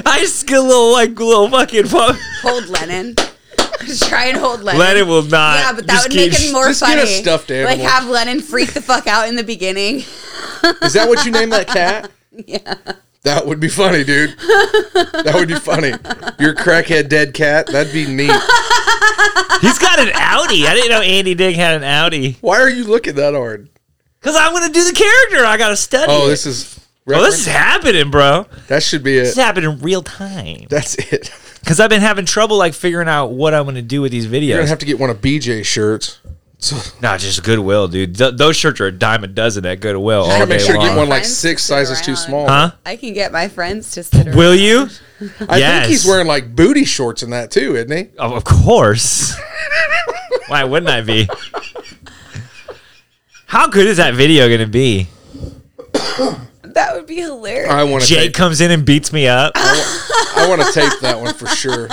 B: I just get a little like little fucking pug.
C: Hold Lennon. Try and hold Lennon.
B: Lennon will not.
C: Yeah, but that
B: just
C: would make
B: keep-
C: it more
D: just
C: funny.
D: get a stuffed
C: like
D: animal.
C: have Lennon freak the fuck out in the beginning.
D: Is that what you named that cat? Yeah. That would be funny, dude. That would be funny. Your crackhead dead cat. That'd be neat.
B: He's got an Audi. I didn't know Andy Dick had an Audi.
D: Why are you looking that hard?
B: Cause I'm gonna do the character. I gotta study.
D: Oh,
B: it.
D: this is.
B: Oh, this is happening, bro.
D: that should be
B: This
D: it.
B: is happening in real time.
D: That's it.
B: Cause I've been having trouble like figuring out what I'm gonna do with these videos.
D: You're gonna have to get one of BJ shirts. So
B: Nah, just Goodwill, dude. Th- those shirts are a dime a dozen at Goodwill all
D: gotta
B: day
D: make sure to
B: long.
D: get one like
C: Friends
D: six
C: sit
D: sizes too
C: around.
D: small.
B: huh?
C: I can get my friends to sit around.
B: Will you?
D: I think
B: Yes.
D: he's wearing like booty shorts in that too, isn't he?
B: Of of course. Why wouldn't I be? How good is that video going to be?
C: That would be hilarious.
D: I want to.
B: Jake
D: Tape,
B: comes in and beats me up.
D: I want to tape that one for sure.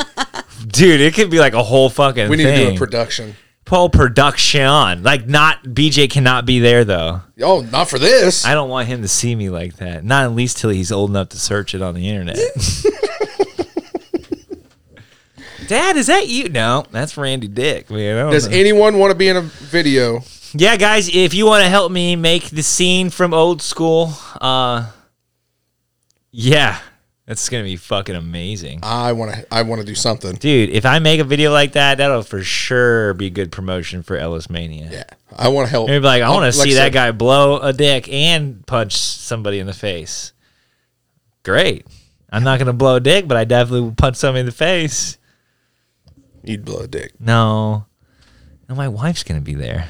B: Dude, it could be like a whole fucking
D: We need
B: thing.
D: to do a production.
B: Paul production. Like not BJ cannot be there though.
D: Oh, not for this.
B: I don't want him to see me like that. Not at least till he's old enough to search it on the internet. Dad, is that you? No, that's Randy Dick, man. I don't
D: Does
B: know.
D: anyone want to be in a video?
B: yeah guys if you want to help me make the scene from old school uh yeah that's gonna be fucking amazing
D: I want to. I want to do something.
B: dude if i make a video like that that'll for sure be good promotion for ellis mania
D: Yeah, I want to help.
B: They'd be like i want to
D: Like
B: see
D: I
B: that
D: said,
B: guy blow a dick and punch somebody in the face great i'm not gonna blow a dick but i definitely will punch somebody in the face
D: You'd blow a dick.
B: no no my wife's gonna be there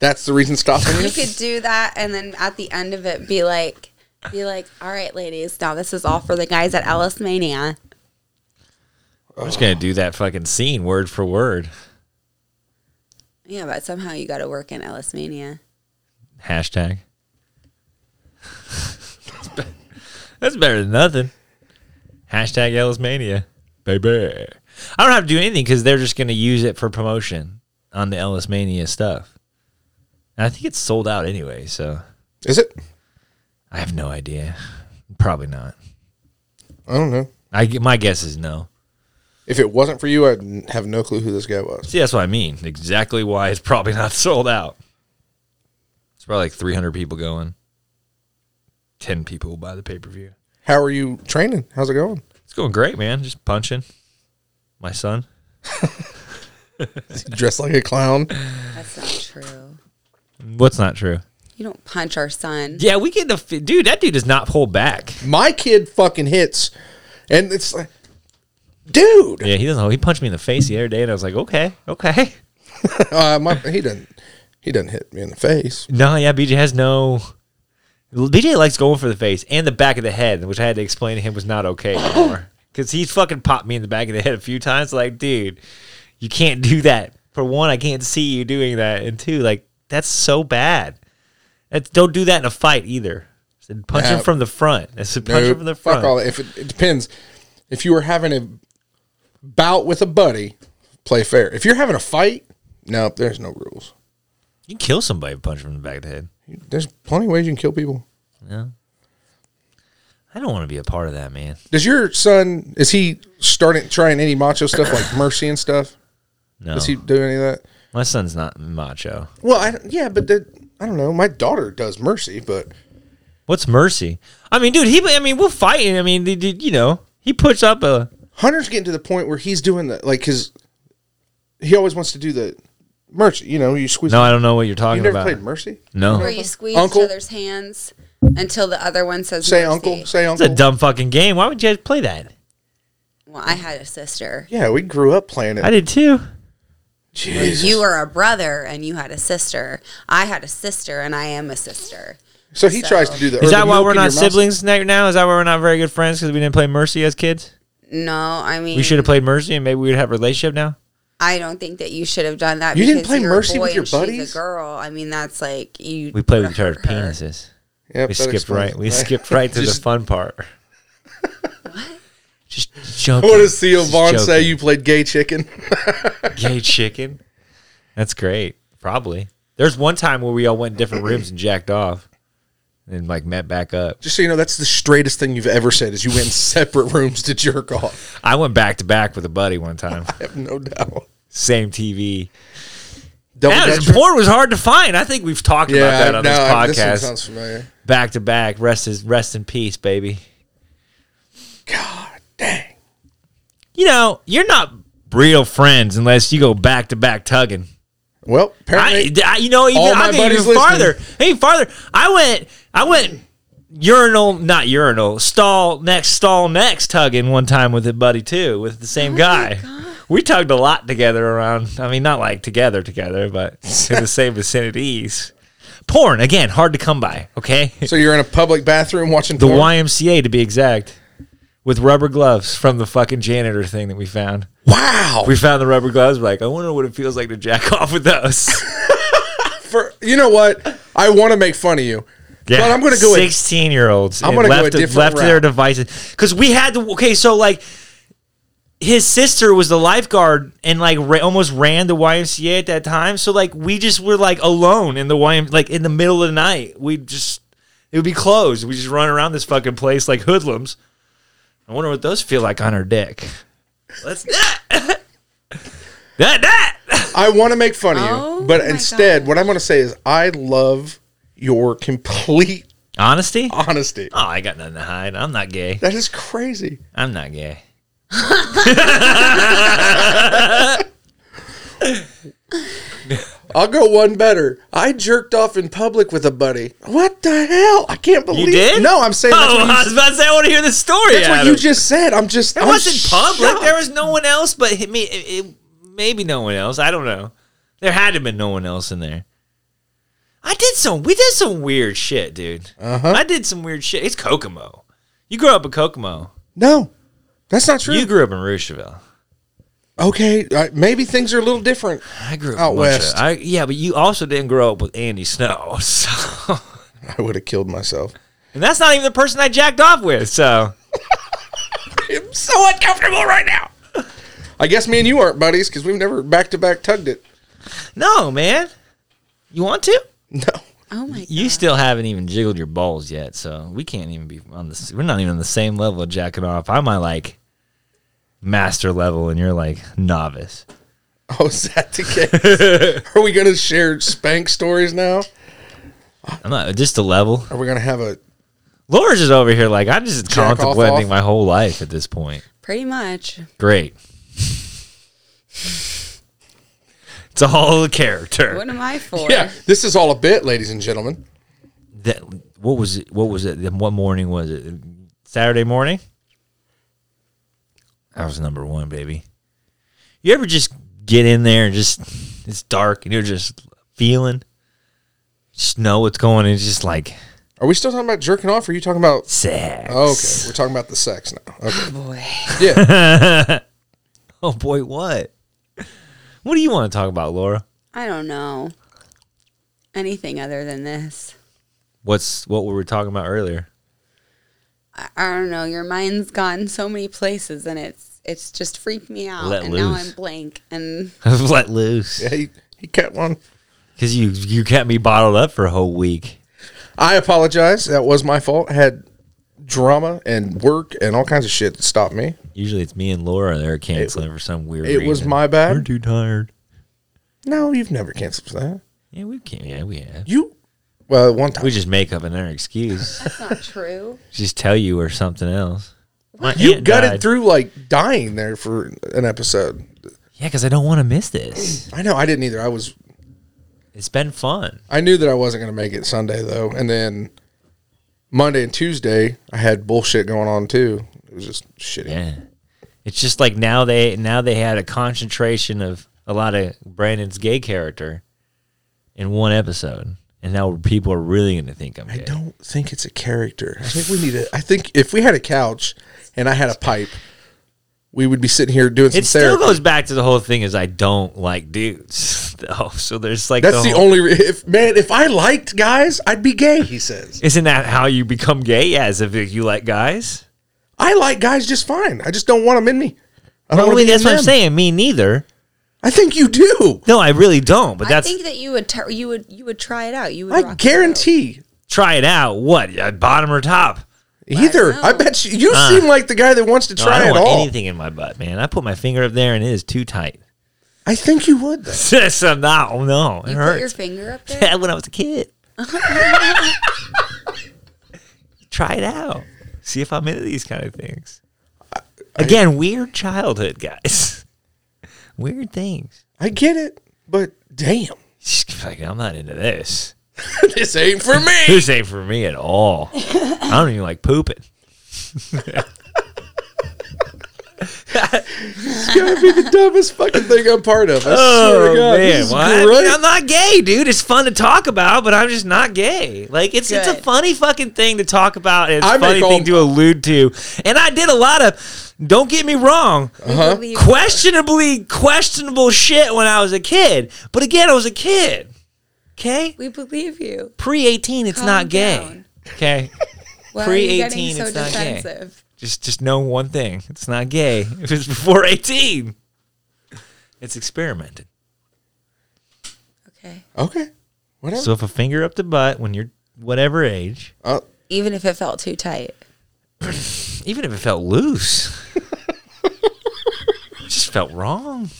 D: That's the reason stopping
C: You
D: you.
C: could do that and then at the end of it be like be like, all right, ladies, now this is all for the guys at Ellis Mania.
B: i'm just gonna do that fucking scene word for word
C: Yeah, but somehow you gotta work in Ellis Mania.
B: Hashtag. That's better than nothing. Hashtag Ellis Mania. Baby. I don't have to do anything because they're just going to use it for promotion on the Ellis Mania stuff. And I think it's sold out anyway, so
D: Is it?
B: I have no idea. Probably not.
D: I don't know.
B: I, my guess is no.
D: If it wasn't for you, I'd n- have no clue who this guy was.
B: See, that's what I mean. Exactly why it's probably not sold out. It's probably like 300 people going, 10 people will buy the pay per view.
D: How are you training? How's it going?
B: It's going great, man. Just punching my son.
D: Dressed like a clown.
C: That's not true.
B: What's not true?
C: You don't punch our son.
B: Yeah, we get the f- dude. That dude does not pull back.
D: My kid fucking hits, and it's like, dude.
B: Yeah, he doesn't. He punched me in the face the other day, and I was like, okay, okay.
D: Uh, my, he doesn't. He doesn't hit me in the face.
B: No, yeah, BJ has no. BJ likes going for the face and the back of the head, which I had to explain to him was not okay anymore because he fucking popped me in the back of the head a few times. Like, dude, you can't do that. For one, I can't see you doing that, and two, like that's so bad. That's, don't do that in a fight either. I said, punch him
D: Nah.
B: from the front. I said, punch him
D: No,
B: from the front.
D: fuck all. that. If it, it depends, if you were having a bout with a buddy, play fair. If you're having a fight, no, there's no rules.
B: You can kill somebody with a punch from the back of the head.
D: There's plenty of ways you can kill people.
B: Yeah. I don't want to be a part of that, man.
D: Does your son? Is he starting trying any macho stuff like mercy and stuff?
B: No.
D: Does he do any of that?
B: My son's not macho.
D: Well, I don't- yeah, but that, I don't know. My daughter does mercy, but
B: What's mercy? I mean, dude, he I mean, we're fighting. I mean, they did- you know, he puts up a
D: Hunter's getting to the point where he's doing the like his. He always wants to do the mercy. You know, you squeeze.
B: No, I don't know what you're
D: you
B: talking
D: never
B: about.
D: played mercy.
C: Where
B: no.
C: you squeeze
D: Uncle?
C: each other's hands until the other one says
D: Say
C: mercy.
D: uncle. Say
B: It's a
D: uncle.
B: dumb fucking game. Why would you guys play that?
C: Well, I had a sister.
D: yeah, we grew up playing it.
B: I did too.
D: Jesus.
C: You were a brother and you had a sister. I had a sister and I am a sister.
D: so he tries to do the.
B: Is
D: or
B: that
D: the
B: why
D: milk
B: we're
D: in your
B: not
D: mouth.
B: siblings ne- now? Is that why we're not very good friends because we didn't play mercy as kids?
C: No, I mean
B: We should have played mercy and maybe we would have a relationship now.
C: I don't think that you should have done that.
D: You didn't
C: because
D: play
C: you're a
D: Mercy
C: boy
D: with your
C: and she's
D: buddies?
C: a girl. I mean, that's like you.
B: We played with
C: would've
B: each other's
C: hurt her.
B: penises.
D: Yep,
B: We
D: that
B: skipped
D: explains
B: right.
D: it.
B: We skipped right to the
D: Just-
B: fun part. What? Just joking.
D: What does Theo
B: Just
D: Vaughn say?
B: joking.
D: You played gay chicken.
B: gay chicken? That's great. Probably. There's one time where we all went in different rooms and jacked off. and like met back up.
D: Just so you know, that's the straightest thing you've ever said is you went in separate rooms to jerk off.
B: I went back to back with a buddy one time.
D: I have no doubt.
B: Same TV.
D: Double
B: Yeah,
D: dutch-
B: porn was hard to find. I think we've talked about that on
D: no,
B: this
D: one
B: podcast.
D: sounds familiar.
B: back to back. Rest is rest in peace, baby.
D: God dang.
B: You know, you're not real friends unless you go back to back tugging.
D: Well,
B: I,
D: apparently,
B: I- you know, even
D: All
B: I
D: my
B: mean,
D: buddies
B: even farther. Hey, farther. I went, I went urinal, not urinal, stall next, stall next, tugging one time with a buddy too, with the
D: Oh
B: same guy. We tugged a lot together around. I mean, not like together, together, but in the same vicinities. Porn again, hard to come by. Okay,
D: so you're in a public bathroom watching
B: the
D: porn?
B: YMCA to be exact, with rubber gloves from the fucking janitor thing that we found.
D: Wow.
B: We found the rubber gloves. We're like, I wonder what it feels like to jack off with those.
D: For, you know what? I want to make fun of you, but I'm going to go. Six,
B: Sixteen-year-olds.
D: I'm
B: and
D: gonna go
B: left
D: a different
B: left to their
D: route.
B: devices because we had to. Okay, so like his sister was the lifeguard and like ra- almost ran the YMCA at that time. So like we just were like alone in the YM like in the middle of the night. We just it would be closed. We just run around this fucking place like hoodlums. I wonder what those feel like on her dick. Let's that that that.
D: I want to make fun of
C: Oh
D: you, but
C: my
D: instead, what I'm going to say is I love your complete
B: Honesty. Oh,
D: honesty.
B: I got nothing to hide. I'm not gay.
D: That is crazy.
B: I'm not gay.
D: I'll go one better. I jerked off in public with a buddy. What the hell? I can't believe
B: You did?
D: No, I'm saying that's,
B: Oh,
D: what, you,
B: I was about to say I want to hear the story.
D: that's what
B: Adam.
D: you just said. I'm just.
B: It
D: I'm
B: wasn't public.
D: shocked.
B: There was no one else but hi- me. It, it- maybe no one else. I don't know. There had to have been no one else in there. I did some. We did some weird shit, dude. Uh-huh. I did some weird shit. It's Kokomo. You grew up in Kokomo.
D: No, that's not true.
B: You grew up in Roosevelt.
D: okay, uh, maybe things are a little different.
B: I grew up
D: Out
B: in Muncha.
D: west.
B: I, yeah, but you also didn't grow up with Andy Snow. So,
D: I would have killed myself.
B: and that's not even the person I jacked off with. So
D: I'm so uncomfortable right now. I guess me and you aren't buddies because we've never back to back tugged it.
B: no, man. You want to?
D: No.
C: Oh my
D: Uh-huh.
B: You still haven't even jiggled your balls yet, so we can't even be on this. We're not even on the same level of jacking off. I'm at like master level, and you're like novice.
D: Oh, is that the case? are we going to share spank stories now?
B: I'm not just a level.
D: Are we going to have a?
B: Laura's just over here like I'm just
D: Jack off,
B: contemplating
D: off.
B: my whole life at this point.
C: Pretty much.
B: Great. It's all a character.
C: What am I for?
D: Yeah, this is all a bit, ladies and gentlemen.
B: That, what was it? What was it? Then What morning was it? Saturday morning. That was number one, baby. You ever just get in there and just it's dark and you're just feeling, just know what's going. on. It's just like
D: Are we still talking about jerking off? Or are you talking about? Oh,
B: sex.
D: Okay, we're talking about the sex now. Okay.
C: Boy.
D: Yeah.
B: Oh boy, what? What do you want to talk about, Laura?
C: I don't know. Anything other than this.
B: What's what were we talking about earlier?
C: I, I don't know. Your mind's gone so many places and it's it's just freaked me out.
B: Let
C: and now
B: loose.
C: I'm blank and
B: Let loose
D: yeah he, he kept one.
B: because you you kept me bottled up for a whole week.
D: I apologize. That was my fault. I had drama and work and all kinds of shit that stopped me.
B: Usually it's me and Laura that are canceling for some weird.
D: It was
B: reason.
D: my
B: We're
D: bad.
B: too tired.
D: No, you've never canceled for that.
B: Yeah, we can. Yeah, we have.
D: You, well, one time.
B: We just make up another excuse.
C: that's not true.
B: just tell you or something else. My
D: You
B: aunt
D: gutted
B: died.
D: through like dying there for an episode.
B: Yeah, because I don't want to miss this.
D: I know I didn't either. I was
B: It's been fun.
D: I knew that I wasn't going to make it Sunday though, and then Monday and Tuesday I had bullshit going on too. It was just shitty.
B: Yeah, it's just like now they now they had a concentration of a lot of Brandon's gay character in one episode, and now people are really going to think I'm
D: I
B: gay.
D: don't think it's a character. I think we need a. I think if we had a couch and I had a pipe, we would be sitting here doing some
B: It
D: therapy.
B: still goes back to the whole thing is I don't like dudes. though. so there's like
D: That's the,
B: whole-
D: only. Re- if man, if I liked guys, I'd be gay. He says
B: Isn't that how you become gay? Yeah, as if you like guys.
D: I like guys just fine. I just don't want them in me. I
B: Well, I
D: don't want
B: mean,
D: to be in
B: that's what I'm
D: them.
B: saying. Me neither.
D: I think you do.
B: No, I really don't. But
C: I
B: that's
C: think that you would ter- you would you would try it out. You would
D: I
C: rock the boat.
D: guarantee
B: Try it out. What? uh, Bottom or top?
D: Either.
C: know.
D: I bet you. You seem like the guy that wants to
B: No,
D: try
B: I
D: it
B: don't want
D: all.
B: anything in my butt, man. I put my finger up there and it is too tight.
D: I think you would. Though.
B: Yes, I'm not. Oh no, it
C: You put your
B: hurts.
C: finger up there.
B: Yeah, when I was a kid. Try it out. See if I'm into these kind of things. Again, weird childhood, guys. Weird things.
D: I get it, but damn,
B: Just like, I'm not into this.
D: this ain't for me.
B: This ain't for me at all. I don't even like pooping.
D: It's gonna be the dumbest fucking thing I'm part of. I swear
B: Oh
D: to God,
B: man,
D: this is
B: Well, I
D: great.
B: am not gay, dude. It's fun to talk about, but I'm just not gay. Like it's it's a
C: Good.
B: funny fucking thing to talk about and it's
D: I
B: a funny
D: make all-
B: thing to allude to. And I did a lot of don't get me wrong,
D: Uh-huh.
C: Believe-
B: questionably questionable shit when I was a kid. But again, I was a kid. Okay?
C: We believe you.
B: Pre 18 it's
C: Calm
B: not gay.
C: down.
B: Okay?
C: Why
B: Pre-
C: are you getting
B: 18,
C: so
B: it's not gay.
C: defensive?
B: Just just know one thing. It's not gay if it's before 18. It's experimented.
C: Okay.
D: Okay, whatever.
B: So if a finger up the butt when you're whatever age
D: Uh,
C: Even if it felt too tight.
B: even if it felt loose. it just felt wrong.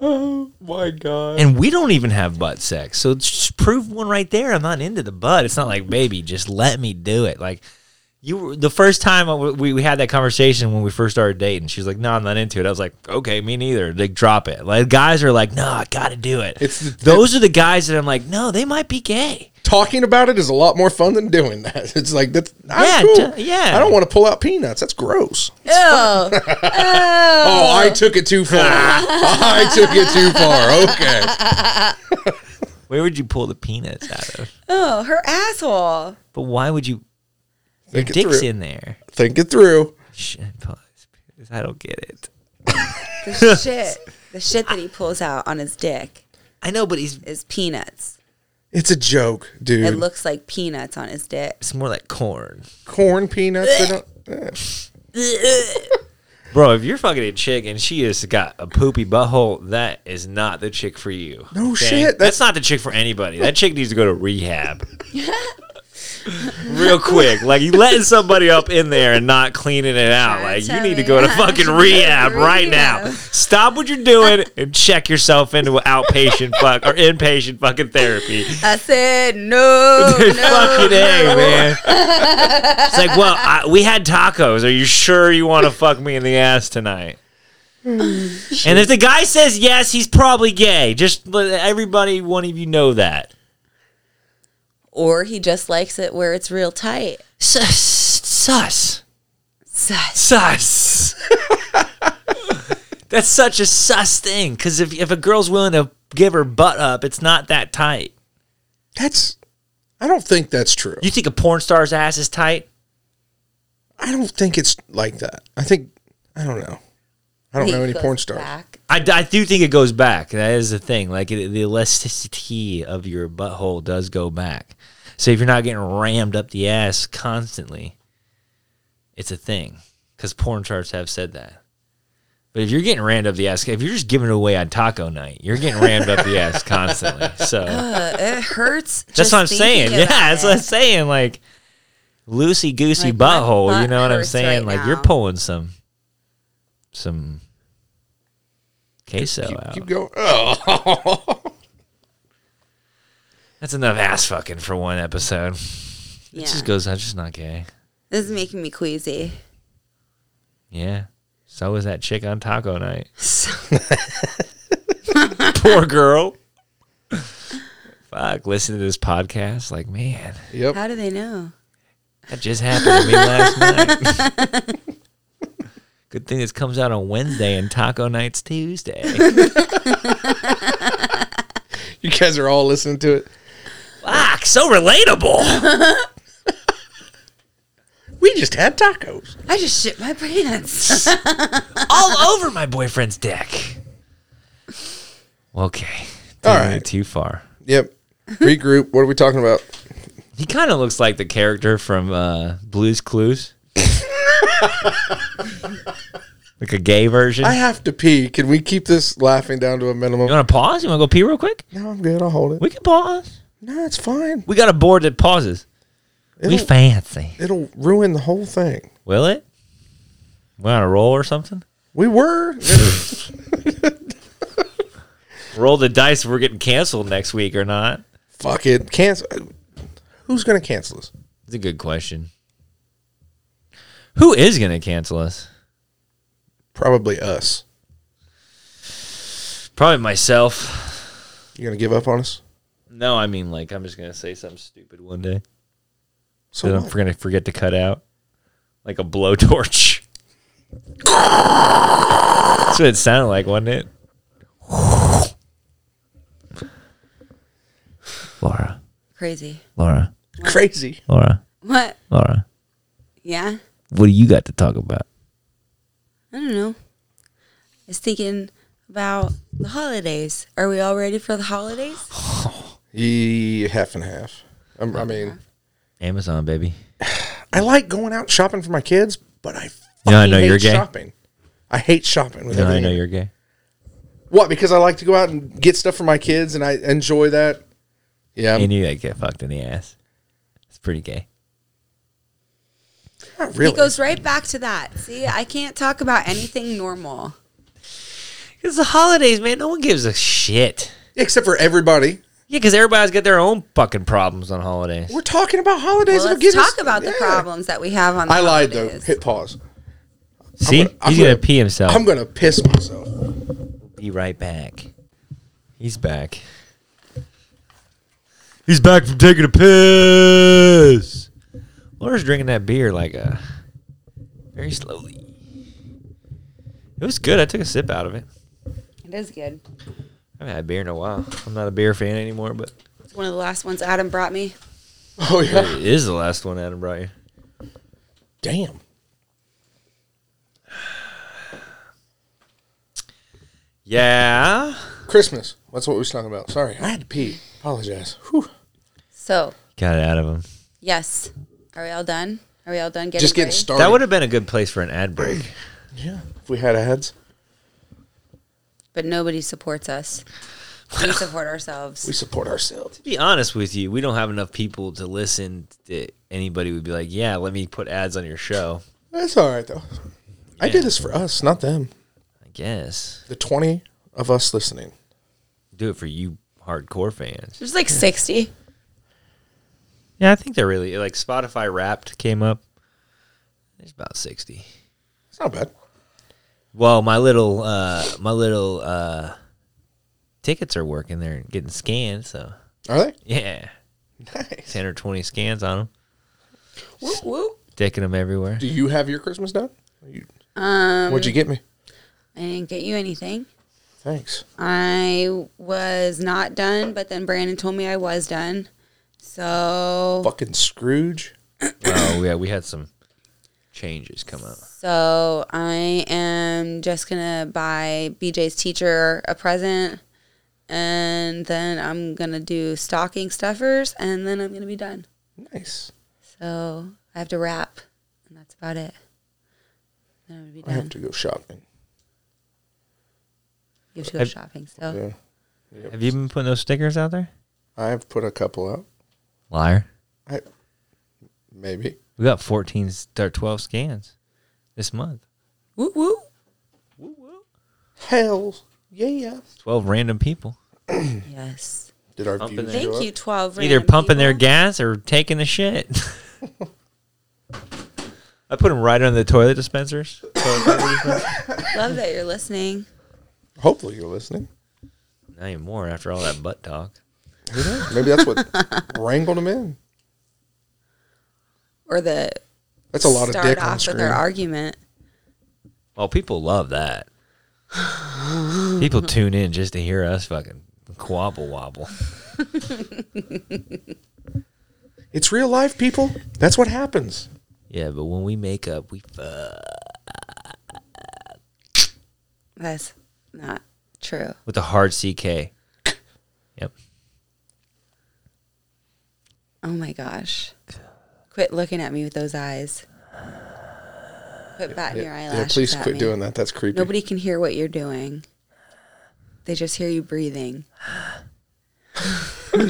D: my God,
B: And we don't even have butt sex. So it's just prove one right there. I'm not into the butt. It's not like, baby, just let me do it. Like, you were the first time I- we, we had that conversation when we first started dating. She was like, no, I'm not into it. I was like, okay, me neither. Like, drop it. Like, guys are like, no, I got to do it.
D: It's the-
B: Those are the guys that I'm like, no, they might be gay.
D: talking about it is a lot more fun than doing that. It's like that's I'm
B: Yeah,
D: cool.
B: d- yeah.
D: I don't want to pull out peanuts. That's gross.
C: Ew. oh.
D: Oh, I took it too far. I took it too far. Okay.
B: Where would you pull the peanuts out of?
C: Oh, her asshole.
B: But why would you?
D: Think it
B: Dick's
D: through.
B: in there.
D: Think it through.
B: Shit, pause. I don't get it.
C: The shit. The shit that he pulls out on his dick
B: I know, but he's
C: is peanuts.
D: It's a joke,
C: It
D: dude.
C: looks like peanuts on his dick.
B: it's more like corn.
D: Corn peanuts. They don't. eh.
B: Bro, if you're fucking a chick and she has got a poopy butthole, that is not the chick for you.
D: No
B: That's,
D: shit, that's-
B: not the chick for anybody. That chick needs to go to rehab. Real quick. Like you letting somebody up in there and not cleaning it out. Like you need to go to fucking rehab right now. Stop what you're doing and check yourself into an outpatient fuck or inpatient fucking therapy.
C: I said no.
B: Dude,
C: no.
B: fucking A, man. it's like, well, I, we had tacos. Are you sure you want to fuck me in the ass tonight? and if the guy says yes, he's probably gay. Just let everybody, one of you know that.
C: Or he just likes it where it's real tight.
B: Sus. Sus.
C: Sus.
B: Sus. That's such a sus thing. Because if, if a girl's willing to give her butt up, it's not that tight.
D: That's. I don't think that's true.
B: You think a porn star's ass is tight?
D: I don't think it's like that. I think I don't know. I don't
C: He
D: know any
C: goes
D: porn stars.
C: back.
B: I, I do think it goes back. That is the thing. Like it, the elasticity of your butthole does go back. So if you're not getting rammed up the ass constantly, it's a thing. Because porn charts have said that. But if you're getting rammed up the ass, if you're just giving it away on taco night, you're getting rammed up the ass constantly. So
C: Uh, it hurts.
B: that's
C: just
B: what I'm
C: thinking
B: saying. Yeah,
C: about
B: that's
C: it.
B: what I'm saying. Like loosey goosey
C: Like, my
B: butthole. you
C: butt
B: know what I'm
C: hurts
B: saying?
C: right
B: like you're
C: now.
B: pulling some some queso out.
D: Keep going. Oh.
B: That's enough ass fucking for one episode.
C: Yeah.
B: It just goes, I'm just not gay.
C: This is making me queasy.
B: Yeah. So was that chick on taco night. Poor girl. Fuck, listen to this podcast. Like, man,
D: yep.
C: How do they know?
B: that just happened to me last night. Good thing this comes out on Wednesday and taco night's Tuesday.
D: You guys are all listening to it.
B: Fuck, so relatable.
D: We just had tacos.
C: I just shit my pants.
B: All over my boyfriend's dick. Okay.
D: All
B: Taking it
D: right.
B: Too far.
D: Yep. Regroup. What are we talking about?
B: He kind of looks like the character from uh, Blues Clues, like a gay version.
D: I have to pee. Can we keep this laughing down to a
B: you
D: minimum?
B: want to pause? You want to go pee real quick?
D: No, I'm good. I'll hold it.
B: We can pause.
D: No, it's fine.
B: We got a board that pauses. we
D: It'll-
B: fancy.
D: It'll ruin the whole thing.
B: Will it? We on a roll or something?
D: We were.
B: Roll the dice if we're getting canceled next week or not.
D: Fuck it. Cancel. Who's going to cancel us?
B: It's a good question. Who is going to cancel us?
D: Probably us.
B: Probably myself.
D: You going to give up on us?
B: No, I mean like I'm just going to say something stupid one day
D: So
B: that I'm
D: what?
B: going to forget to cut out, like a blowtorch. That's what it sounded like, wasn't it? Laura,
C: Crazy.
B: Laura,
D: crazy.
B: Laura,
C: What?
B: Laura.
C: Yeah.
B: What do you got to talk about?
C: I don't know. I was thinking about the holidays. Are we all ready for the holidays?
D: Yeah, half and half. I'm, I mean,
B: Amazon, baby.
D: I like going out shopping for my kids, but I
B: You know I
D: fucking
B: know
D: hate
B: you're gay.
D: shopping. I hate shopping with
B: You know I
D: everything.
B: know you're gay.
D: what? Because I like to go out and get stuff for my kids, and I enjoy that. Yeah, I'm
B: And you like get fucked in the ass. It's pretty gay.
D: not really.
C: It goes right back to that. See, I can't talk about anything normal.
B: It's the holidays, man. No one gives a shit.
D: Except for everybody.
B: Yeah, because everybody's got their own fucking problems on holidays.
D: We're talking about holidays.
C: Well,
D: It'll
C: let's
D: give
C: talk
D: us-
C: about the
D: yeah.
C: problems that we have on. The
D: I lied though.
C: holidays.
D: Hit pause.
B: See,
D: gonna- I'm
B: he's gonna,
D: gonna-
B: pee himself.
D: I'm gonna piss myself.
B: be right back. He's back. He's back from taking a piss. Laura's drinking that beer like a very slowly. It was good. I took a sip out of it.
C: It is good.
B: I haven't had beer in a while. I'm not a beer fan anymore, but
C: It's one of the last ones Adam brought me.
D: Oh yeah.
B: it is the last one Adam brought you.
D: Damn.
B: Yeah.
D: Christmas. That's what we was talking about. Sorry, I had to pee. Apologize. Whew.
C: So
B: Got it out of him.
C: yes, are we all done? Are we all done getting
D: Just getting
C: ready?
D: started.
B: That would have been a good place for an ad break.
D: yeah. If we had ads,
C: But nobody supports us. We support ourselves.
D: we support ourselves.
B: to be honest with you, we don't have enough people to listen that anybody would be like, yeah, let me put ads on your show.
D: That's all right though. I
B: Yeah.
D: did this for us, not them.
B: I guess.
D: The twenty of us listening.
B: Do it for you hardcore fans.
C: There's like sixty.
B: Yeah, I think they're really like Spotify Wrapped came up. There's about 60.
D: It's not bad.
B: Well, my little uh my little uh tickets are working. They're getting scanned, so
D: Are they?
B: yeah.
D: Nice.
B: 10 or 20 scans on them.
C: Whoop, whoop.
B: Taking them everywhere.
D: Do you have your Christmas done? You,
C: Um,
D: what'd you get me?
C: I didn't get you anything.
D: Thanks.
C: I was not done, but then Brandon told me I was done. So
D: Fucking Scrooge.
B: oh, yeah, we had some changes come up.
C: so I am just gonna buy BJ's teacher a present and then I'm gonna do stocking stuffers and then I'm gonna be done.
D: Nice.
C: So I have to wrap and that's about it. Then I'm gonna be
D: I
C: done.
D: have to go shopping.
C: You have to go
B: I've-
C: shopping. So
D: Yeah.
B: Have you been putting those stickers out there?
D: I've put a couple out.
B: Liar.
D: I maybe.
B: We got 14 or 12 scans this month.
C: woo woo.
D: Hell yeah.
B: 12 random people.
C: Yes.
D: Did our
B: Pumping
D: views
B: there.
D: go
C: Thank
D: up?
C: you, twelve.
B: Either
C: random
B: pumping their
C: people.
B: gas or taking the shit. I put them right under the toilet dispensers. Toilet paper dispensers.
C: Love that you're listening.
D: Hopefully you're listening.
B: Not anymore after all that butt talk.
D: Who knows? Maybe that's what wrangled them in.
C: Or the
D: That's a lot of
C: start
D: dick
C: off
D: on
C: with
D: screen.
C: their argument.
B: Well, Oh, people love that. People tune in just to hear us fucking quabble wobble.
D: It's real life, people. That's what happens.
B: Yeah, but when we make up, we fuck.
C: That's not true.
B: With a hard CK. Yep.
C: Oh my gosh. Quit looking at me with those eyes. Quit batting your
D: Yeah,
C: eyelashes.
D: please
C: at
D: quit
C: me.
D: doing that. That's creepy.
C: Nobody can hear what you're doing. They just hear you breathing.
B: I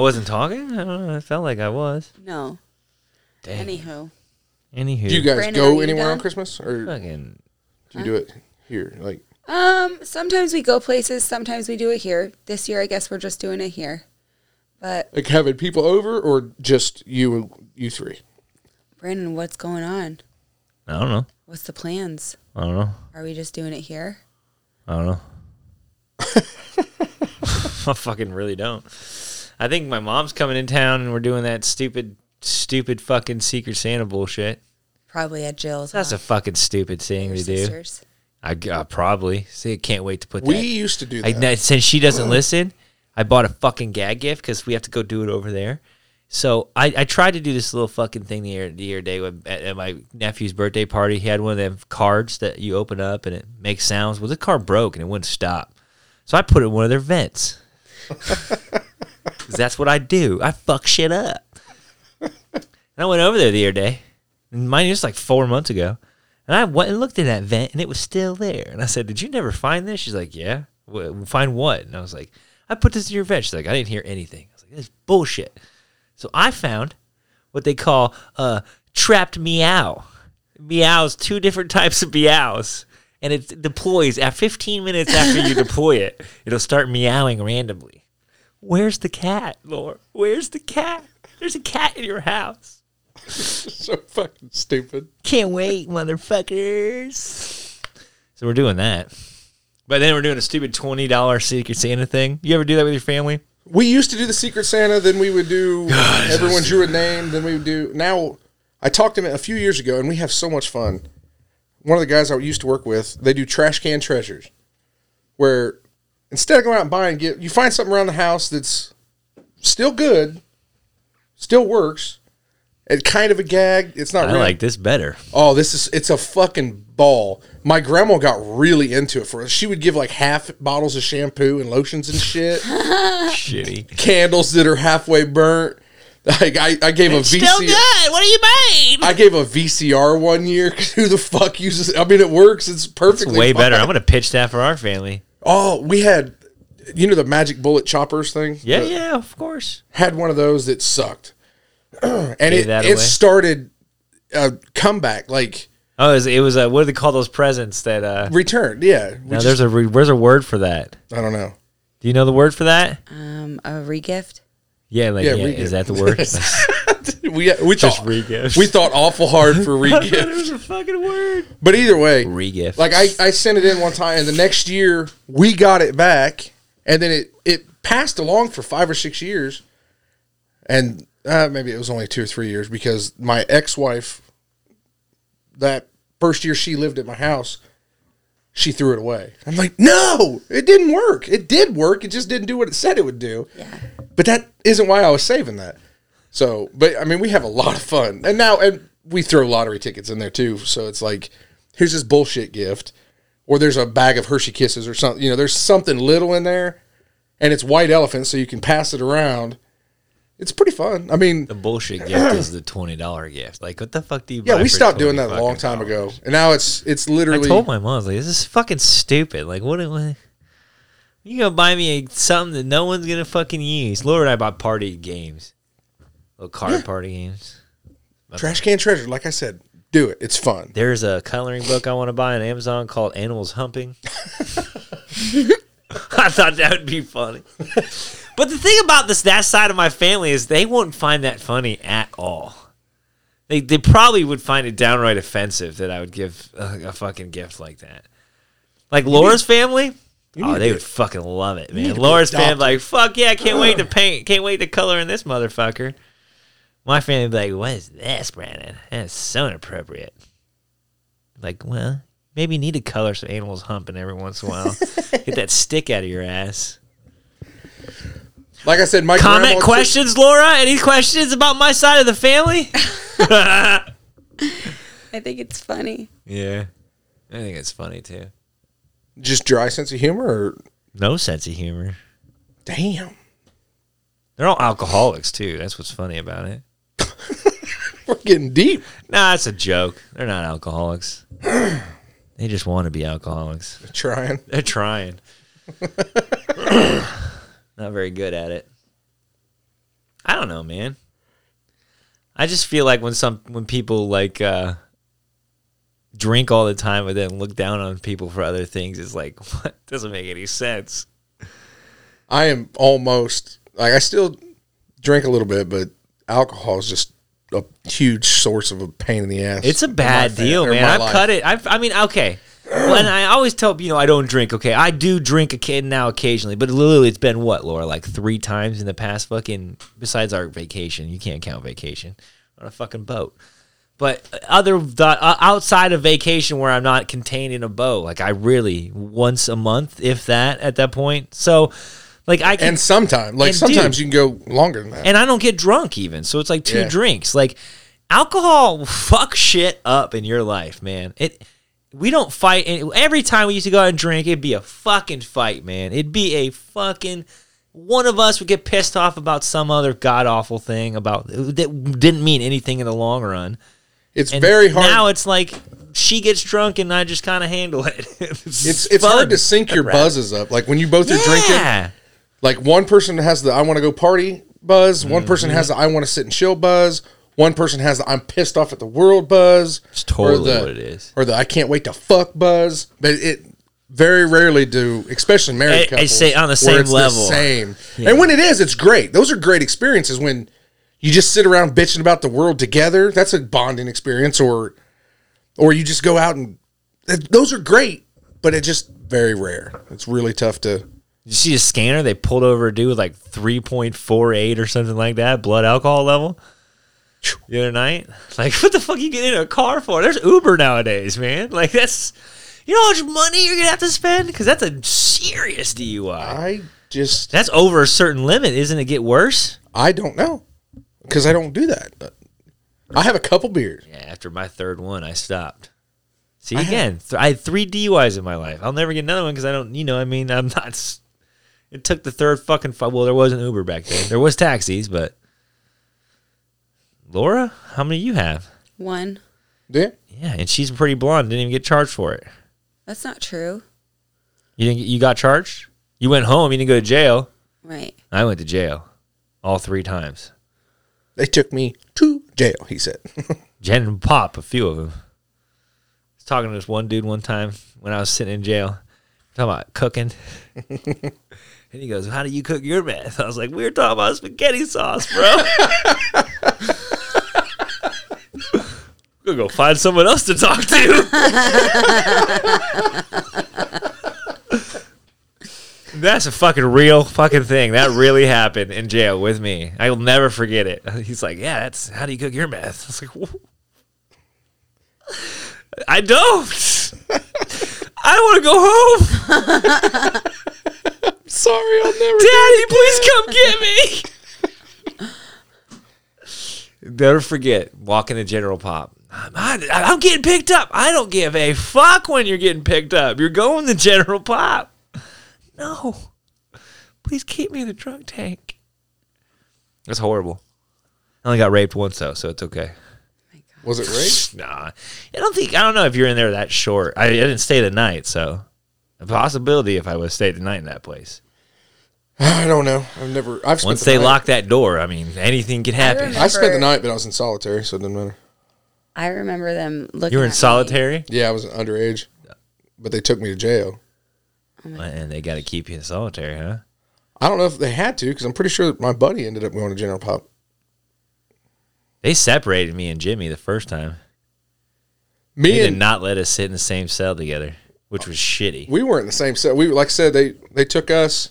B: wasn't talking. I don't know. I felt like I was.
C: No.
B: Damn.
C: Anywho,
B: Anywho,
D: Do you guys
C: Brandon, are
D: go
C: you
D: anywhere on
C: done?
D: Christmas, or do
B: fucking
D: you do it here? Like,
C: um, sometimes we go places. Sometimes we do it here. This year, I guess we're just doing it here. But
D: like having people over, or just you and you three?
C: Brandon, what's going on?
B: I don't know.
C: What's the plans?
B: I don't know.
C: Are we just doing it here?
B: I don't know. I fucking really don't. I think my mom's coming in town and we're doing that stupid, stupid fucking Secret Santa bullshit.
C: Probably at Jill's.
B: That's
C: huh?
B: a fucking stupid thing
C: Your
B: to do.
C: sisters.
B: I, g- I probably see. I can't wait to put
D: We
B: that.
D: used to do
B: I,
D: that.
B: now, since she doesn't listen, I bought a fucking gag gift because we have to go do it over there. So I, I tried to do this little fucking thing the other, the other day when, at, at my nephew's birthday party. He had one of them cards that you open up and it makes sounds. Well, the card broke and it wouldn't stop. So I put it in one of their vents. 'Cause that's what I do. I fuck shit up. And I went over there the other day. And mind you, it's like four months ago. And I went and looked in that vent and it was still there. And I said, Did you never find this? She's like, Yeah. "Wh- Find what? And I was like, I put this in your vent. She's like, I didn't hear anything. I was like, This is bullshit. So I found what they call a trapped meow. Meows, two different types of meows. And it deploys at 15 minutes after you deploy it, it'll start meowing randomly. Where's the cat, Laura? Where's the cat? There's a cat in your house.
D: so fucking stupid.
B: Can't wait, motherfuckers. So we're doing that. But then we're doing a stupid twenty dollar Secret Santa thing. You ever do that with your family?
D: We used to do the Secret Santa, then we would do everyone drew a name, then we would do now I talked to him a few years ago and we have so much fun. One of the guys I used to work with, they do trash can treasures. Where instead of going out and buying get you find something around the house that's still good, still works. It's kind of a gag. It's not
B: I
D: really
B: like this better.
D: Oh, this is it's a fucking ball. My grandma got really into it for us. She would give like half bottles of shampoo and lotions and shit
B: Shitty.
D: candles that are halfway burnt. Like I, I gave a
B: Still good.
D: VCR.
B: What do you mean?
D: I gave a VCR one year. 'cause Who the fuck uses? I mean, it works. It's perfectly
B: Way
D: fine.
B: better. I'm gonna pitch that for our family.
D: Oh, we had, you know, the magic bullet choppers thing.
B: Yeah,
D: The-
B: yeah, of course.
D: Had one of those that sucked, and it
B: that
D: it
B: away.
D: started a comeback, like
B: Oh, it was, it was uh, what do they call those presents that? uh
D: returned. Yeah, we
B: Now
D: just-
B: there's a re- where's a word for that?
D: I don't know.
B: Do you know the word for that?
C: Um, a regift.
B: Yeah, like
D: Yeah,
B: yeah,
D: re-gift.
B: is that the word?
D: we we
B: Just
D: thought
B: re-gift.
D: we thought awful hard for regift,
B: a fucking word.
D: but either way,
B: Regift.
D: Like I, I sent it in one time, and the next year we got it back, and then it it passed along for five or six years, and uh, maybe it was only two or three years because my ex wife, that first year she lived at my house, she threw it away. I'm like, no, it didn't work. It did work. It just didn't do what it said it would do.
C: Yeah.
D: But that isn't why I was saving that. So, but I mean, we have a lot of fun, and now and we throw lottery tickets in there too. So it's like, here's this bullshit gift, or there's a bag of Hershey Kisses or something. You know, there's something little in there, and it's white elephant, so you can pass it around. It's pretty fun. I mean,
B: The bullshit gift is the twenty dollar gift. Like, what the fuck do you?
D: yeah,
B: buy
D: we
B: for
D: stopped doing
B: 20
D: that a long
B: fucking
D: time
B: dollars?
D: ago, and now it's it's
B: I
D: literally
B: told my mom, I was like, this is fucking stupid. Like, what? what you gonna buy me a, something that no one's gonna fucking use? Laura and I bought party games, little card party games.
D: trash can treasure. Like I said, do it. It's fun.
B: There's a coloring book I want to buy on Amazon called Animals Humping. I thought that would be funny. But the thing about this that side of my family is they wouldn't find that funny at all. They they probably would find it downright offensive that I would give a, a fucking gift like that. Like Laura's family, oh, they would fucking love it, man.
D: to be
B: Laura's family,
D: adopted.
B: like, fuck yeah, I can't wait to paint, can't wait to color in this motherfucker. My family be like, what is this, Brandon? That's so inappropriate. Like, well, maybe you need to color some animals humping every once in a while. Get that stick out of your ass.
D: Like I said, my grandma
B: Comment
D: took-
B: questions, Laura? Any questions about my side of the family?
C: I think it's funny.
B: Yeah. I think it's funny too.
D: just dry sense of humor. Or,
B: No sense of humor.
D: damn,
B: They're all alcoholics too. That's what's funny about it.
D: we're getting deep.
B: Nah, it's a joke. They're not alcoholics. they just want to be alcoholics.
D: Trying.
B: They're trying. Not very good at it. I don't know, man. I just feel like when some when people like uh drink all the time and then look down on people for other things, it's like what doesn't make any sense.
D: I am almost like I still drink a little bit, but alcohol is just a huge source of a pain in the ass.
B: It's a
D: in my
B: bad
D: fam-
B: deal,
D: or in
B: man.
D: my
B: I've
D: life.
B: cut it. I've, I mean, okay. Well, and I always tell you know I don't drink. Okay, I do drink a kid now occasionally, but literally it's been what Laura like three times in the past fucking. Besides our vacation, you can't count vacation on a fucking boat. But other the, uh, outside of vacation where I'm not contained in a boat, like I really once a month, if that, at that point. So, like I can
D: And sometimes, like
B: And
D: sometimes
B: dude-
D: you can go longer than that.
B: and I don't get drunk even. So it's like two
D: Yeah.
B: drinks. Like alcohol will fuck shit up in your life, man. It we don't fight and every time we used to go out and drink, it'd be a fucking fight, man. It'd be a fucking one of us would get pissed off about some other god awful thing about that didn't mean anything in the long run.
D: it's
B: And
D: very hard.
B: Now it's like she gets drunk and I just kind of handle it. it's
D: it's it's
B: fun.
D: hard to sync your buzzes up. Like when you both are drinking,
B: Yeah.
D: like one person has the I want to go party buzz, one person has
B: Mm-hmm.
D: the I want to sit and chill buzz, one person has the I'm pissed off at the world buzz.
B: It's totally
D: or the,
B: what it is.
D: Or the I can't wait to fuck buzz. But it very rarely do, especially married
B: I- I
D: couples.
B: say on the
D: where
B: same
D: it's
B: level.
D: same. And when it is, it's great. Those are great experiences when you just sit around bitching about the world together. That's a bonding experience or or you just go out and th- those are great, but it's just very rare. It's really tough to
B: Did you see the scanner? They pulled over a dude with like 3.48 or something like that, blood alcohol level the other night. Like, what the fuck you get in a car for? There's Uber nowadays, man. Like, that's, you know how much money you're going to have to spend? Because that's a serious DUI.
D: I just
B: That's over a certain limit. Isn't it get worse?
D: I don't know cuz I don't do that. I have a couple beers.
B: Yeah, after my third one, I stopped. See, again, th- I had three DUIs in my life. I'll never get another one because I don't, you know, I mean, I'm not. s- It took the third fucking. Fi- well, there wasn't Uber back then. There was taxis, but. Laura, how many you have?
C: One.
D: Yeah.
B: Yeah, and she's pretty blonde. Didn't even get charged for it.
C: That's not true.
B: You didn't. You got charged. You went home. You didn't go to jail.
C: Right.
B: I went to jail, all three times.
D: They took me to jail, he said.
B: Jen and Pop, a few of them. I was talking to this one dude one time when I was sitting in jail, talking about cooking. and he goes, How do you cook your meth? I was like, We were talking about spaghetti sauce, bro. We'll go find someone else to talk to. That's a fucking real fucking thing. That really happened in jail with me. I'll never forget it. He's like, "Yeah, that's how do you cook your meth?" I was like, "Wha- "I don't. I want to go home,
D: Sorry, I'll never
B: Daddy. Please come get me." Never forget walking to General Pop. I'm, I, I'm getting picked up. I don't give a fuck when you're getting picked up. You're going to General Pop. No, please keep me in the drunk tank. That's horrible. I only got raped once though, so it's okay.
D: Was it rape?
B: Nah, I don't think. I don't know if you're in there that short. I, I didn't stay the night, so a possibility if I would have stayed the night in that place.
D: I don't know. I've never. I've spent
B: Once
D: the
B: they
D: night-
B: lock that door, I mean, anything could happen.
C: remember-
D: I spent the night, but I was in solitary, so it didn't matter.
C: I remember them looking.
B: You were in
C: at me.
B: solitary,
D: Yeah, I was underage, but they took me to jail.
B: and they got to keep you in solitary, huh?
D: I don't know if they had to because I'm pretty sure that my buddy ended up going to General Pop.
B: They separated me and Jimmy the first time. They
D: Me
B: did
D: and
B: not let us sit in the same cell together, which was shitty.
D: we weren't in the same cell. We like I said they they took us.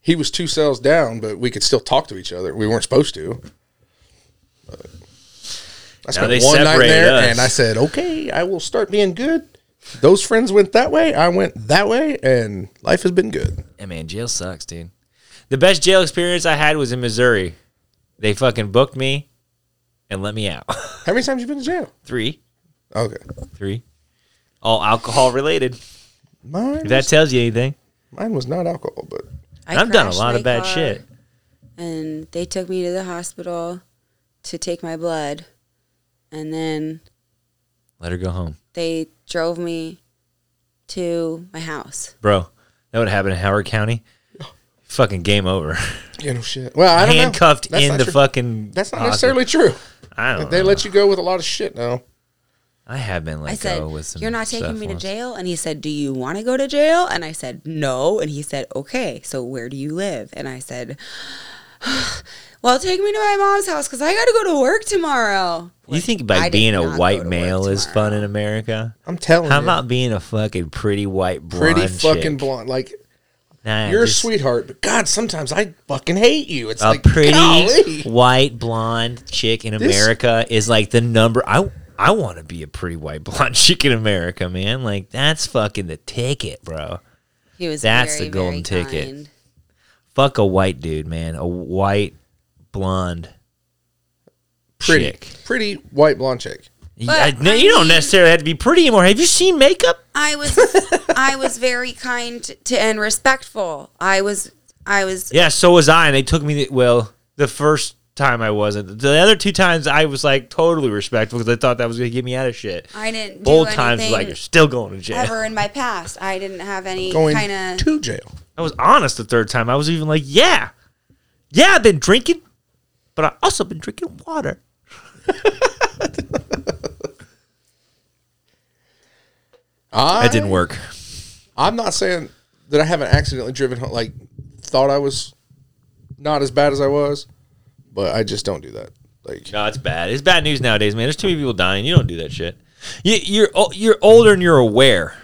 D: He was two cells down, but we could still talk to each other. We weren't supposed to. But I spent
B: they
D: one night
B: separated
D: there,
B: us.
D: and I said, "Okay, I will start being good." Those friends went that way. I went that way, and life has been good.
B: Hey man, jail sucks, dude. The best jail experience I had was in Missouri. They fucking booked me and let me out.
D: How many times you been to jail?
B: Three.
D: Okay,
B: Three. All alcohol related.
D: mine
B: If that tells you anything.
D: Mine was not alcohol, but
C: I
B: I've done a
C: crashed
B: lot of
C: my
B: bad
C: car,
B: shit.
C: And they took me to the hospital to take my blood, and then
B: Let her go home.
C: they drove me to my house.
B: Bro, that would happen in Howard County. fucking game over.
D: You know, shit. Well, I don't
B: Handcuffed
D: know. That's
B: in
D: not
B: the Oh,
D: true.
B: fucking.
D: That's not
B: locker.
D: necessarily true.
B: I don't.
D: They
B: know.
D: let you go with a lot of shit now.
B: I have been let
C: I said,
B: go with some.
C: You're not taking
B: stuff
C: me to
B: once.
C: jail? And he said, Do you want to go to jail? And I said, No. And he said, Okay, so where do you live? And I said, Well, take me to my mom's house because I got to go to work tomorrow.
B: You think
C: I
B: like
C: did
B: being
C: not
B: a
C: go
B: white
C: to Oh, work
B: male is
C: tomorrow.
B: fun in America?
D: I'm telling
B: How
D: you.
B: about being a fucking pretty white blonde?
D: pretty fucking
B: chick?
D: blonde. Like
B: Nah,
D: you're
B: just
D: a sweetheart, but God, sometimes I fucking hate you. It's
B: A
D: like
B: pretty
D: golly.
B: white blonde chick in America is like the number. I I want to be a pretty white blonde chick in America, man. Like that's fucking the ticket, bro.
C: He was
B: That's
C: very,
B: the golden
C: very
B: ticket.
C: kind.
B: Fuck a white dude, man. A white blonde
D: pretty,
B: chick.
D: pretty white blonde chick.
B: Yeah,
C: But,
B: no,
C: I
B: you don't
C: mean-
B: necessarily have to be pretty anymore. Have you seen makeup?
C: I was I was very kind to and respectful. I was I was
B: Yeah, so was I, and they took me. To, well, the first time I wasn't. The other two times I was like totally respectful because I thought that was gonna get me out of shit.
C: I didn't do
B: Both
C: anything
B: times was like you're still going to jail.
C: ever in my past. I didn't have any
D: Going
C: kind of
D: to jail.
B: I was honest the third time. I was even like, yeah, yeah, I've been drinking, but I also been drinking water.
D: I
B: That didn't work.
D: I'm not saying that I haven't accidentally driven home, like thought I was not as bad as I was, but I just don't do that. Like
B: No, it's bad. It's bad news nowadays, man. There's too many people dying. You don't do that shit. You, you're o- you're older and you're aware.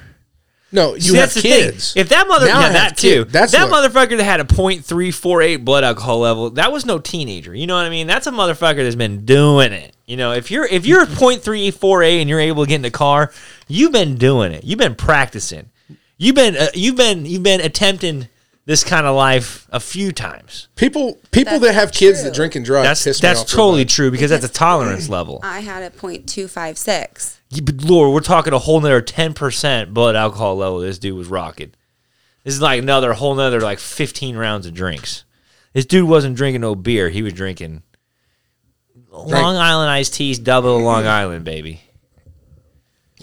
D: no, you
B: See,
D: have
B: that's the thing.
D: kids.
B: If that mother,
D: Now I
B: yeah,
D: have
B: that too.
D: kid- That's
B: that
D: what-
B: motherfucker that had a .348 blood alcohol level. That was no teenager. You know what I mean? That's a motherfucker that's been doing it. You know, if you're if you're .348 and you're able to get in the car, you've been doing it. You've been practicing. You've been uh, you've been you've been attempting this kind of life a few times.
D: people people that
C: That's
D: have kids
C: true.
D: that drink and drive
B: That's
D: piss me
B: that's
D: off so
B: totally
D: much.
B: true because that's a tolerance level.
C: I had a point two five six.
B: Yeah, but Lord, we're talking a whole nother ten percent blood alcohol level. This dude was rocking. This is like another whole nother like fifteen rounds of drinks. This dude wasn't drinking no beer. He was drinking Long Island iced teas, double Long Island, baby.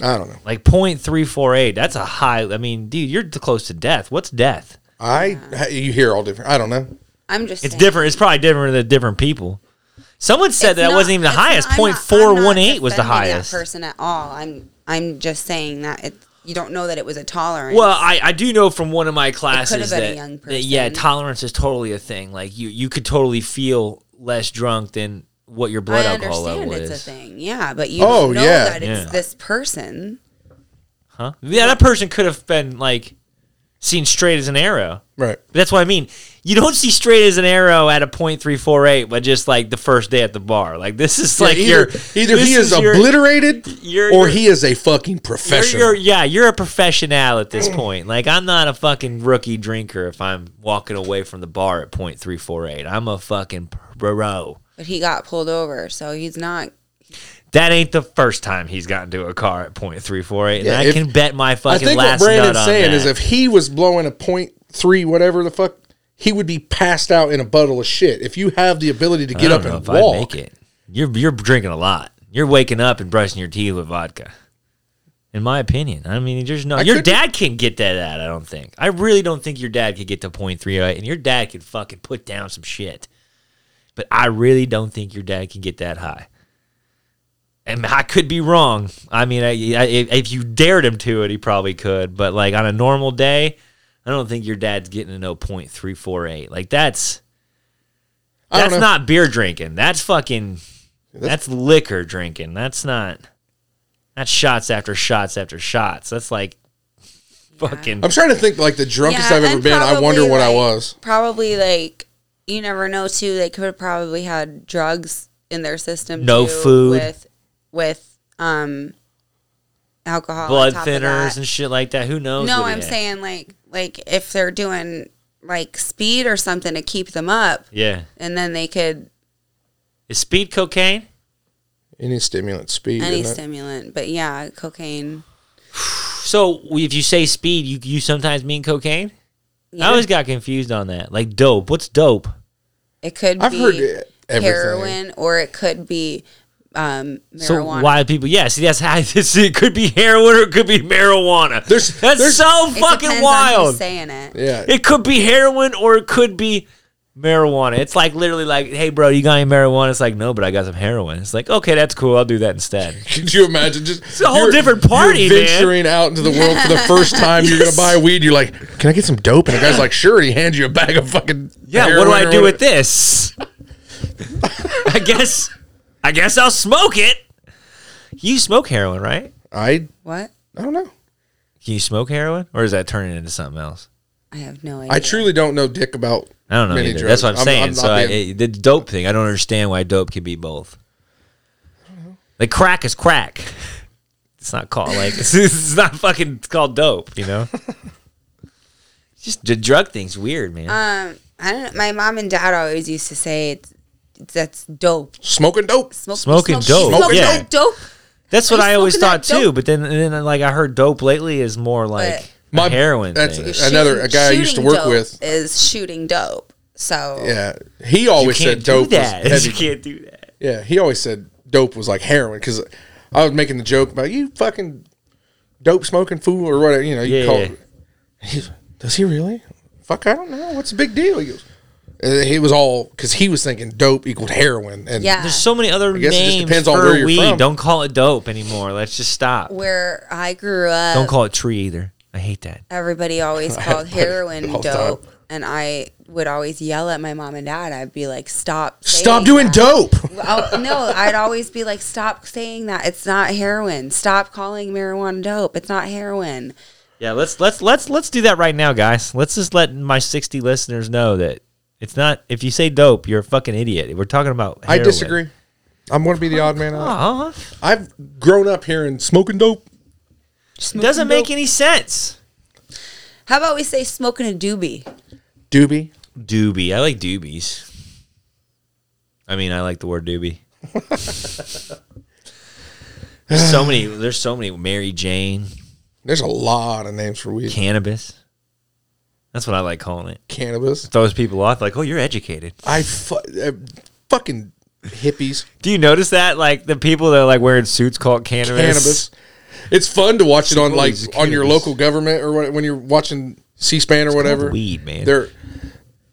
D: I don't know.
B: Like point three four eight. That's a high. I mean, dude, you're t- close to death. What's death?
D: I you hear all different. I don't know.
C: I'm just
B: It's
C: saying.
B: different. It's probably different than different people. Someone said
C: It's
B: that
C: not-
B: wasn't even the
C: it's not-
B: highest.
C: I'm not- I'm
B: Point
C: not
B: four one eight was the
C: defending that
B: highest.
C: person at all. I'm I'm just saying that it, you don't know that it was a tolerance.
B: Well, I, I do know from one of my classes
C: been a
B: that,
C: young
B: that, yeah,
C: person.
B: tolerance is totally a thing. Like you you could totally feel less drunk than what your blood
C: I
B: alcohol
C: understand
B: level
C: it's
B: is.
C: a thing. Yeah, but you
D: Oh,
C: don't know
D: yeah.
C: that it's
B: Yeah.
C: this person.
B: Huh? Yeah, that person could have been like seen straight as an arrow.
D: Right.
B: But that's what I mean. You don't see straight as an arrow at a point three four eight, but just like the first day at the bar. Like this is like
D: either
B: your
D: either
B: this
D: he is,
B: your-
D: obliterated
B: you're-
D: or
B: you're-
D: he is a fucking
B: you're-
D: professional.
B: you're- yeah, you're a professional at
D: Mm.
B: this point. Like I'm not a fucking rookie drinker if I'm walking away from the bar at point three four eight. I'm a fucking pro.
C: But he got pulled over, so he's not.
B: That ain't the first time he's gotten into a car at point three four eight, and
D: Yeah,
B: I
D: if-
B: can bet my
D: I
B: fucking
D: think what
B: last nut
D: Brandon's
B: on
D: saying
B: that.
D: is if he was blowing a point three, whatever the fuck, he would be passed out in a bottle of shit. If you have the ability to
B: I
D: get
B: don't
D: up
B: know
D: and
B: if I'd
D: walk,
B: make it. You're you're drinking a lot. You're waking up and brushing your teeth with vodka. In my opinion, I mean, there's no.
D: I
B: your
D: could-
B: dad can get that out. I don't think. I really don't think your dad could get to point three oh eight, and your dad could fucking put down some shit. But I really don't think your dad can get that high. And I could be wrong. I mean, I, I, if if you dared him to it, he probably could. But like on a normal day, I don't think your dad's getting to no point three four eight. Like that's
D: I don't
B: that's
D: know.
B: not beer drinking. That's fucking. That's, liquor drinking. That's not. That's shots after shots after shots. That's like, fucking.
D: I'm trying to think like the drunkest I've ever
C: and
D: been. I wonder
C: probably,
D: what I
C: like-
D: was.
C: Probably like you never know too. They could have probably had drugs in their system.
B: No
C: too,
B: food.
C: with with um alcohol, on
B: Blood
C: top of
B: thinners
C: that.
B: and shit like that. Who knows?
C: No,
B: what he
C: I'm
B: had.
C: saying like like if they're doing like speed or something to keep them up,
B: Yeah,
C: and then they could
B: is speed cocaine?
D: Any stimulant, speed.
C: any
D: isn't it?
C: stimulant. But yeah, cocaine.
B: So if you say speed, you you sometimes mean cocaine. I
C: Yeah.
B: always got confused on that. Like dope. What's dope?
C: It could
D: I've
C: be
D: heard it- everything.
C: heroin, or it could be um, marijuana.
B: So why do people? Yes, yes. I, this, it could be heroin or it could be marijuana.
D: There's-
B: That's
D: there's-
B: so
C: It
B: fucking
C: depends on who's
B: wild.
C: saying it.
D: Yeah.
B: It could be heroin or it could be marijuana. It's like literally like, hey, bro, you got any marijuana? It's like, no, but I got some heroin. It's like, okay, that's cool. I'll do that instead.
D: Could you imagine? Just it's
B: a whole different party,
D: You're
B: man.
D: venturing out into the world for the first time. You're gonna buy weed. You're like, can I get some dope? And the guy's like, sure. He hands you a bag of fucking.
B: Yeah, what do I
D: heroin or
B: do with
D: whatever.
B: this? I guess, I guess I'll smoke it. You smoke heroin, right?
D: I
C: What?
D: I don't know.
B: Can you smoke heroin, or is that turning into something else?
C: I have no idea.
D: I truly don't know dick about.
B: I don't know.
D: many
B: Either.
D: drugs.
B: That's what I'm, saying.
D: not
B: so I,
D: being-
B: it- the dope thing, I don't understand why dope can be both. Like crack is crack. It's not called like it's, it's not fucking it's called dope. You know. It's Just the drug thing's weird, man.
C: Um, I don't. My mom and dad always used to say it's, that's dope.
D: smoking dope.
C: Smoke,
B: Smoking
C: smoke-
B: dope,
D: Oh,
C: smoke
B: yeah.
C: dope, dope.
B: That's what
C: are you
B: I always
C: smoking
B: thought
C: that
B: too.
C: dope?
B: But then, and then like I heard dope lately is more like a
D: My-
B: heroin.
D: that's-
B: thing.
D: It's another- a guy I used to
C: shooting
D: work
C: dope
D: with.
C: is shooting dope. So
D: Yeah, he always
B: can't
D: said dope
B: do that.
D: was
B: you
D: heavy.
B: can't do that.
D: Yeah, he always said dope was like heroin because I was making the joke about you fucking dope smoking fool or whatever. You know, you
B: Yeah,
D: call.
B: yeah.
D: It. He's, Does he really? Fuck, I don't know. What's the big deal? He goes. Uh, He was all because he was thinking dope equaled heroin, and
C: yeah.
B: There's so many other
D: guess it just
B: names
D: depends
B: for
D: on where you're
B: weed.
D: from.
B: Don't call it dope anymore. Let's just stop.
C: Where I grew up,
B: Don't call it tree either. I hate that.
C: everybody always called
D: buddy
C: heroin
D: all the
C: dope,
D: time.
C: and I would always yell at my mom and dad. I'd be like, "Stop!
D: stop
C: saying
D: doing
C: that."
D: dope.
C: Oh no, I'd always be like, "Stop saying that. It's not heroin. Stop calling marijuana dope. It's not heroin."
B: Yeah, let's let's let's let's do that right now, guys. Let's just let my 60 listeners know that it's not if you say dope, you're a fucking idiot. We're talking about
D: I
B: heroin. Oh
D: disagree. I'm going to be the odd man out.
B: Aw,
D: I've grown up hearing smoking dope.
C: Smoking
B: doesn't make
C: dope.
B: any sense.
C: How about we say smoking a doobie?
D: Doobie.
B: Doobie. I like doobies. I mean, I like the word doobie. there's so many there's so many Mary Jane,
D: There's a lot of names for weed.
B: cannabis. That's what I like calling it.
D: Cannabis.
B: Throws people off like, "Oh, you're educated."
D: I fu- uh, fucking hippies.
B: Do you notice that? Like the people that are like wearing suits called cannabis.
D: Cannabis. It's fun to watch it on like
B: Always
D: on your
B: cannabis.
D: local government or what, when you're watching C-SPAN or whatever.
B: weed, man.
D: They're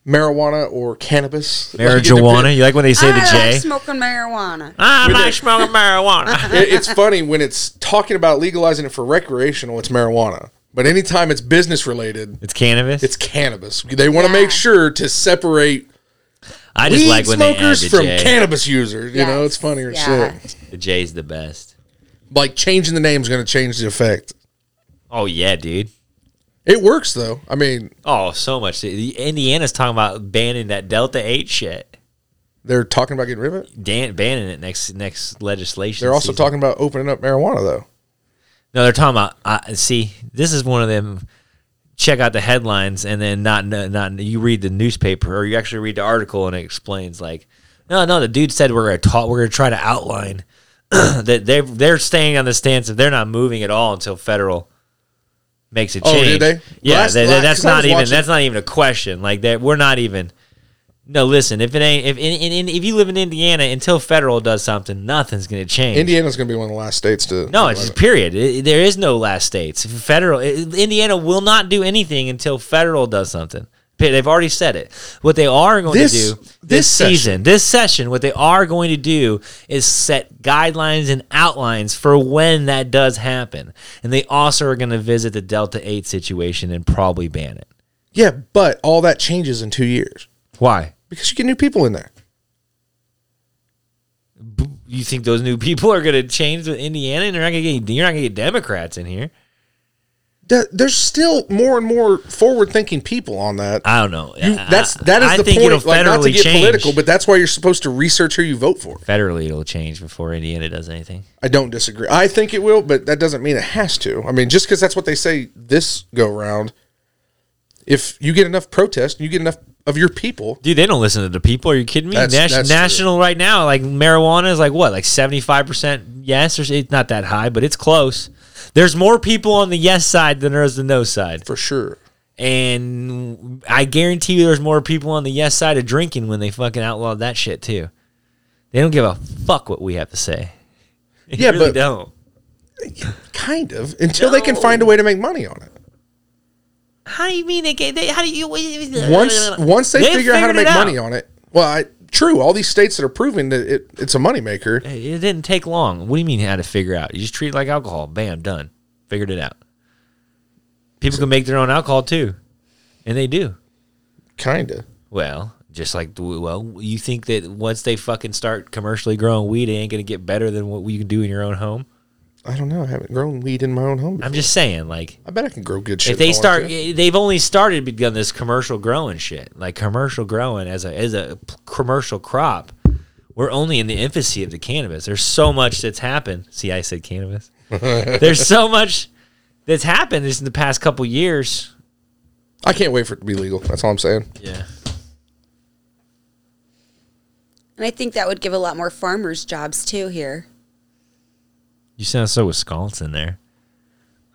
D: marijuana or cannabis. Like, it depends.
B: Marijuana. You like when they say the
C: I like
B: J?
C: smoking marijuana.
B: I
D: Ah, With like it.
B: smoking marijuana.
D: it, it's funny when it's talking about legalizing it for recreational, it's marijuana. But anytime it's business related,
B: It's cannabis.
D: it's cannabis. They want to
C: Yeah.
D: make sure to separate
B: I just
D: weed
B: like when they add
D: smokers
B: the
D: from
B: J.
D: cannabis users. You know,
C: Yes.
D: it's funnier as
C: Yeah.
D: shit.
B: the J's the best.
D: Like changing the name's going to change the effect.
B: Oh yeah, dude.
D: It works though. I mean,
B: Oh, so much. The- Indiana's talking about banning that Delta Eight shit.
D: they're talking about getting rid of it.
B: Dan- banning it next next legislation.
D: They're also
B: season.
D: talking about opening up marijuana though.
B: No, they're talking about. Uh, see, this is one of them. Check out the headlines and then not kn- not you read the newspaper or you actually read the article and it explains like, no, no, the dude said we're gonna talk, we're gonna try to outline that they they're staying on the stance of they're not moving at all until federal makes a
D: Oh,
B: change.
D: did they?
B: Yeah,
D: Last-
B: they- they-
D: last-
B: that's
D: 'cause I was
B: not even
D: watching-
B: that's not even a question. Like that, we're not even. No, listen. If it ain't if in, in, in, if you live in Indiana until federal does something, nothing's gonna change.
D: Indiana's going to be one of the last states to.
B: No, it's just period. It- there is no last states. Federal it- Indiana will not do anything until federal does something. Pe- They've already said it. What they are going
D: This-
B: to do this,
D: this session.
B: season, this session, what they are going to do is set guidelines and outlines for when that does happen. And they also are going to visit the Delta 8 situation and probably ban it.
D: yeah, but all that changes in two years
B: Why?
D: because you get new people in there.
B: You think those new people are going to change with Indiana and they're not going to get you're not going to get Democrats in here?
D: There- There's still more and more forward-thinking people on that.
B: I don't know.
D: You- that's that is
B: I
D: the
B: think
D: point.
B: it'll
D: like, not to
B: federally
D: get
B: change.
D: political, but that's why you're supposed to research who you vote for.
B: federally it'll change before Indiana does anything.
D: I don't disagree. I think it will, but that doesn't mean it has to. I mean, just because that's what they say this go round, if you get enough protest, you get enough of your people.
B: Dude, they don't listen to the people. Are you kidding me?
D: That's-
B: Nas-
D: that's true.
B: national right now, like marijuana is like what, like seventy five percent yes, or s- it's not that high, but it's close. There's more people on the yes side than there is the no side,
D: For sure.
B: and I guarantee you, there's more people on the yes side of drinking when they fucking outlawed that shit too. They don't give a fuck what we have to say. You
D: Yeah,
B: really
D: but-
B: don't.
D: Kind of. Until they can find a way to make money on it.
B: How do you mean they? Can, they how do you?
D: Once once they,
B: They
D: figure out how to
B: figured
D: make
B: it
D: money
B: out.
D: on it. Well, I, true. All these states that are proving that it, it's a moneymaker.
B: Hey, It didn't take long. What do you mean how to figure out? You just treat it like alcohol. Bam, done. Figured it out. People can make their own alcohol too, and they do.
D: Kind of.
B: Well, just like well, you think that once they fucking start commercially growing weed, it ain't gonna get better than what you can do in your own home.
D: I don't know. I haven't grown weed in my own home.
B: I'm just saying, like
D: I bet I can grow good shit.
B: if they
D: I want
B: start, eh,
D: to.
B: they've only started begun this commercial growing shit. Like commercial growing as a as a p- commercial crop, we're only in the infancy of the cannabis. There's so much that's happened. See, I said cannabis. There's so much that's happened just in the past couple years.
D: I can't wait for it to be legal. That's all I'm saying.
B: Yeah,
C: And I think that would give a lot more farmers jobs too here.
B: you sound so Wisconsin there.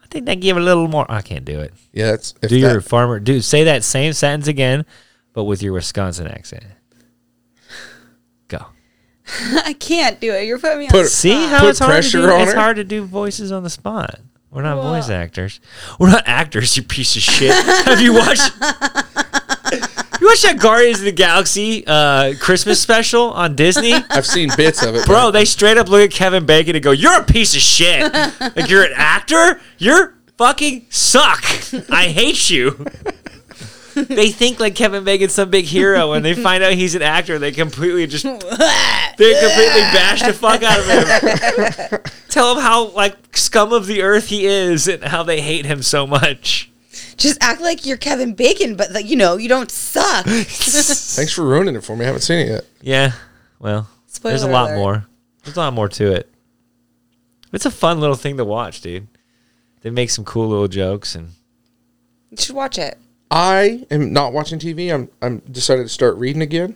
B: I think they give a little more. I can't do it.
D: Yeah, that's if
B: do
D: that,
B: your farmer do say that same sentence again, but with your Wisconsin accent. Go.
C: I can't do it. You're putting me on.
D: Put-
C: the
B: See
C: spot.
B: how
D: Put
B: it's hard to
D: pressure
B: do.
D: on
B: It's
D: her.
B: hard to do voices on the spot. We're not voice actors. We're not actors. You piece of shit. Have you watched? you watched that Guardians of the Galaxy uh, Christmas special on Disney?
D: I've seen bits of it,
B: Bro, they straight up look at Kevin Bacon and go, "You're a piece of shit. like you're an actor. You're fucking suck. I hate you." they think like Kevin Bacon's some big hero, and they find out he's an actor. They completely just they completely bash the fuck out of him. Tell him how like scum of the earth he is, and how they hate him so much.
C: Just act like you're Kevin Bacon, but like, you know you don't suck.
D: Thanks for ruining it for me. I haven't seen it yet.
B: Yeah. Well, there's a
C: Spoiler
B: lot
C: alert.
B: more. There's a lot more to it. It's a fun little thing to watch, dude. They make some cool little jokes and
C: you should watch it.
D: I am not watching TV. I'm I'm decided to start reading again.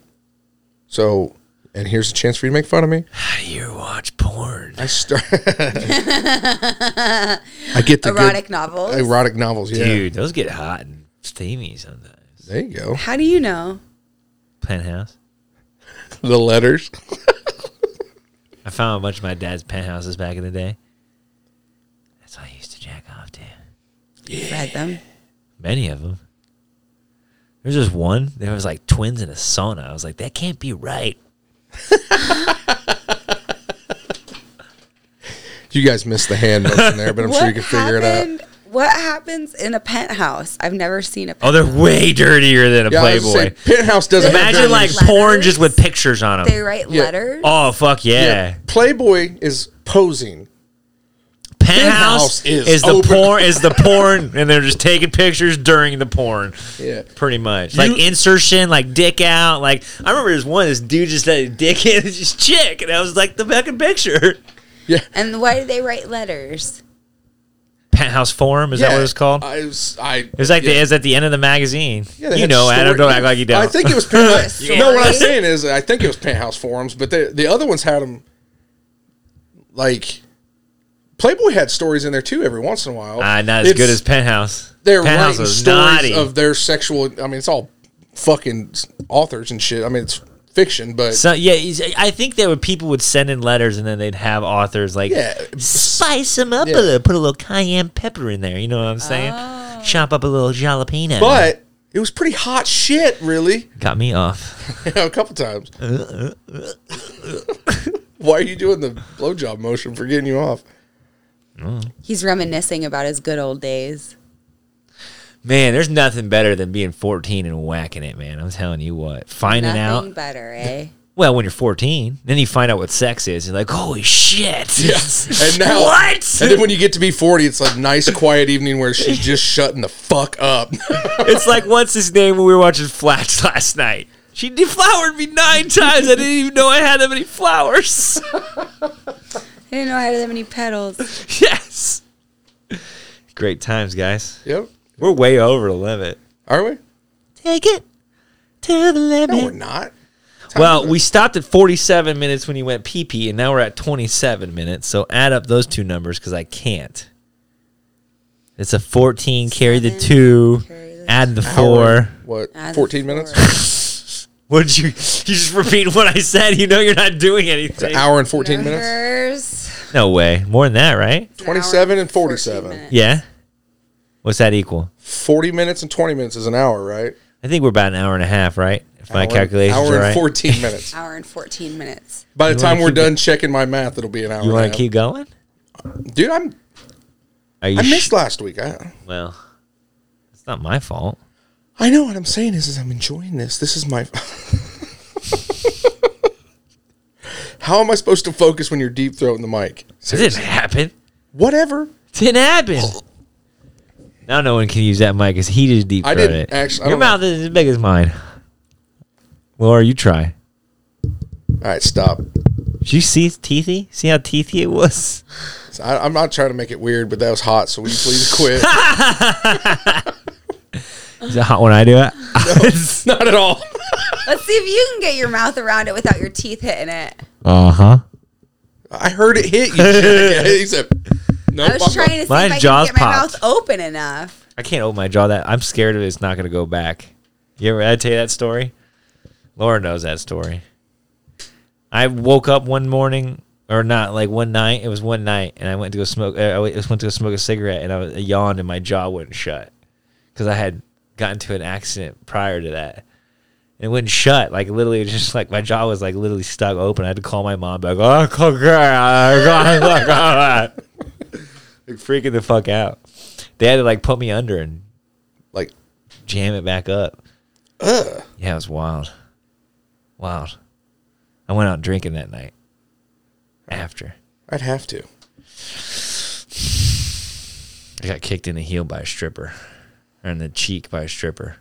D: So, and here's a chance for you to make fun of me.
B: how do you watch porn?
D: I start. I get the good-
C: Erotic novels.
D: erotic novels. Yeah,
B: Dude, those get hot and steamy sometimes.
D: there you go.
C: How do you know?
B: Penthouse.
D: The letters.
B: I found a bunch of my dad's penthouses back in the day. That's what I used to jack off to.
C: Read them.
B: Many of them. There's just one. There was like twins in a sauna. I was like, that can't be right.
D: You guys missed the hand motion there, but I'm sure you can figure it out.
C: it out. What happens in a penthouse? I've never seen a.
B: Oh,
C: Penthouse.
B: they're way dirtier than a
D: Yeah, I was gonna
B: Playboy.
D: say, Penthouse doesn't. have
B: Imagine
D: that
B: like
D: many-
C: letters.
B: porn just with pictures on them.
C: they write
D: Yeah.
C: letters.
B: Oh fuck yeah!
D: Yeah, Playboy is posing.
B: Penthouse
D: Penthouse is
B: is, the
D: open.
B: porn is the porn, and they're just taking pictures during the porn.
D: Yeah.
B: pretty much like insertion, like dick out. Like I remember there's one this dude just let his dick in his chick, and I was like the fucking picture.
C: And why do they write letters?
B: Penthouse forum is that what it's called?
D: I was. I.
B: It's like the, it's at the end of the magazine.
D: Uh, Yeah, they
B: you
D: had
B: know, Adam,
D: story-
B: don't act like you don't.
D: I think it was penthouse.
C: Yeah.
D: No, what I'm
C: Story?
D: saying is, I think it was penthouse forums, but the the other ones had them. Like, Playboy had stories in there too every once in a while.
B: Ah, not as
D: It's-
B: good as Penthouse.
D: they're
B: Penthouse
D: writing
B: was
D: stories
B: naughty.
D: of their sexual. I mean, it's all fucking s- authors and shit. I mean, it's fiction, but
B: So yeah, he's- I think that would people would send in letters, and then they'd have authors like
D: Yeah.
B: spice them up
D: Yeah.
B: a little, put a little cayenne pepper in there. You know what I'm saying? Chop up a little jalapeno.
D: but it was pretty hot shit, really.
B: got me off.
D: a couple times. Why are you doing the blowjob motion for getting you off?
C: He's reminiscing about his good old days.
B: Man, there's nothing better than being 14 and whacking it, man. I'm telling you what, finding
C: Nothing
B: out.
C: better, eh?
B: Well, when you're 14, then you find out what sex is. You're like, holy shit!
D: And now
B: what?
D: And then when you get to be 40, it's like nice quiet evening where she's just shutting the fuck up.
B: It's like what's his name when we were watching Flash last night. She deflowered me nine times. I didn't even know I had that many flowers.
C: I didn't know I had that many petals.
B: yes. Great times, guys.
D: yep.
B: We're way over the limit.
D: Are we?
B: Take it to the
D: No, we're
B: limit.
D: not.
B: well, we stopped at 47 minutes when you went pee pee, and now we're at 27 minutes. So add up those two numbers because I can't. It's a 14, carry the
C: Seven,
B: 2,
C: carry the
B: add the 4.
D: What?
C: As
D: 14
C: for-
D: minutes?
B: What did you, you just repeat what I said? You know you're not doing anything.
D: Hour and 14 minutes?
C: Numbers.
B: No way. More than that, right?
C: An hour
D: 27 and
C: 14
D: 47.
C: minutes.
B: Yeah. What's that equal?
D: 40 minutes and 20 minutes is an hour, right?
B: I think we're about an hour and a half, right? If my
D: Hour-
B: calculations
D: Hour
B: are
D: and
B: right.
D: 14 minutes.
C: Hour and 14 minutes.
D: By the
B: You wanna
D: time we're
B: keep
D: done checking my math, it'll be an hour.
B: You
D: want
B: want to keep going?
D: Dude, I'm,
B: Are you
D: I missed
B: sh-
D: last week. I,
B: well, it's not my fault.
D: I know what I'm saying is, is I'm enjoying this. This is my. How am I supposed to focus when you're deep throating the mic?
B: It didn't happen.
D: Whatever.
B: It didn't happen.
D: Oh.
B: Now no one can use that mic because he did deep
D: I
B: throat
D: didn't
B: it.
D: actually- I
B: Your
D: don't know.
B: mouth is as big as mine. Laura, you try.
D: All right, stop.
B: Did you see it's teethy? See how teethy it was?
D: I, I'm not trying to make it weird, but that was hot. So will you please quit?
B: Is it hot when I do it?
D: not at all.
C: Let's see if you can get your mouth around it without your teeth hitting it.
B: uh huh.
D: I heard it hit you. he said, "No."
C: I was
D: my-
C: trying to see
B: My
C: if I
B: jaw's
C: could get my
B: popped.
C: mouth open enough.
B: I can't open my jaw. That I'm scared of. It's not going to go back. You ever? I tell you that story. Laura knows that story. I woke up one morning, or not like one night. It was one night, and I went to go smoke. uh, I just went to go smoke a cigarette, and I, was, I yawned, and my jaw wouldn't shut because I had gotten to an accident prior to that. And it wouldn't shut. Like literally, it was just like my jaw was like literally stuck open. I had to call my mom back. Oh, girl, like freaking the fuck out. They had to like put me under and
D: Like,
B: jam it back up. Yeah, it was wild. Wild. I went out drinking that night. After.
D: I'd have to.
B: I got kicked in the heel by a stripper. Or in the cheek by a stripper.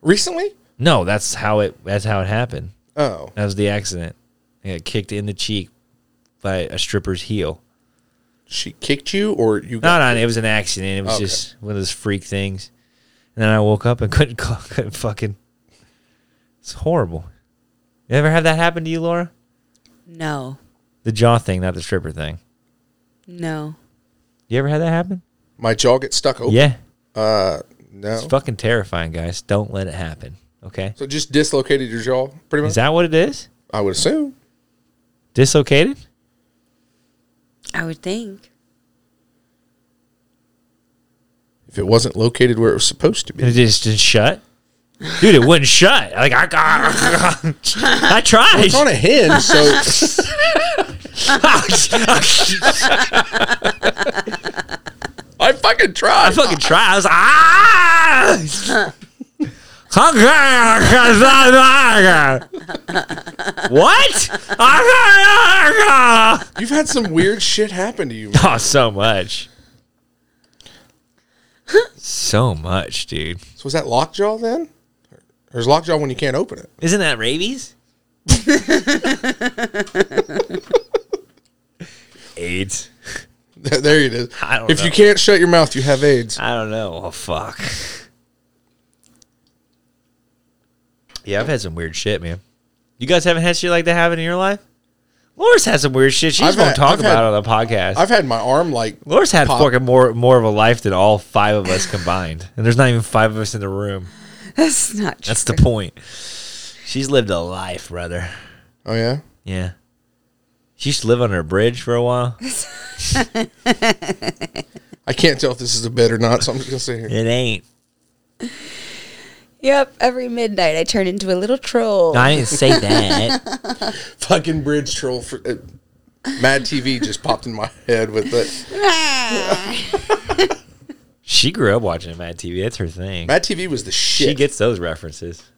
D: Recently?
B: No, that's how it that's how it happened.
D: Oh,
B: That was the accident. I got kicked in the cheek by a stripper's heel.
D: she kicked you, or you?
B: No,
D: Got,
B: no, it was an accident. It was
D: Okay.
B: just one of those freak things. And then I woke up and couldn't call, couldn't fucking. It's horrible. You ever have that happen to you, Laura?
C: No,
B: The jaw thing, not the stripper thing.
C: no.
B: You ever had that happen?
D: my jaw gets stuck open.
B: Yeah.
D: Uh, no.
B: It's fucking terrifying, guys. Don't let it happen. Okay.
D: So it just dislocated your jaw, pretty much.
B: Is that what it is?
D: I would assume.
B: Dislocated?
C: I would think.
D: If it wasn't located where it was supposed to
B: And
D: be,
B: it just didn't shut? Dude, it wouldn't shut. Like I got I tried.
D: it's on a hinge. So
B: Oh,
D: I fucking
B: I
D: tried.
B: fucking tried. I was like, ah! what?
D: You've had some weird shit happen to you. man.
B: oh, so much. So much, dude.
D: So was that lockjaw then? Or is lockjaw when you can't open it?
B: Isn't that rabies? AIDS.
D: there it is.
B: I don't
D: if you
B: know.
D: can't shut your mouth, you have AIDS.
B: I don't know. Oh fuck. Yeah, I've had some weird shit, man. You guys haven't had shit like that happen in your life? Laura's had some weird shit. She just
D: I've
B: won't
D: had-
B: talk
D: I've
B: about
D: had-
B: it on the podcast.
D: I've had my arm like
B: Laura's had
D: Pop.
B: fucking more more of a life than all five of us combined, and there's not even five of us in the room.
C: That's not true.
B: That's the point. She's lived a life, brother.
D: Oh yeah.
B: Yeah. She used to live under a bridge for a while. It
D: I can't tell if this is a bit or not, so I'm just gonna sit here.
B: ain't.
C: Yep, every midnight I turn into a little troll.
B: I didn't say that.
D: Fucking bridge troll for uh, Mad TV just popped in my head with it.
B: she grew up watching Mad TV. That's her thing.
D: Mad TV was the shit.
B: She gets those references.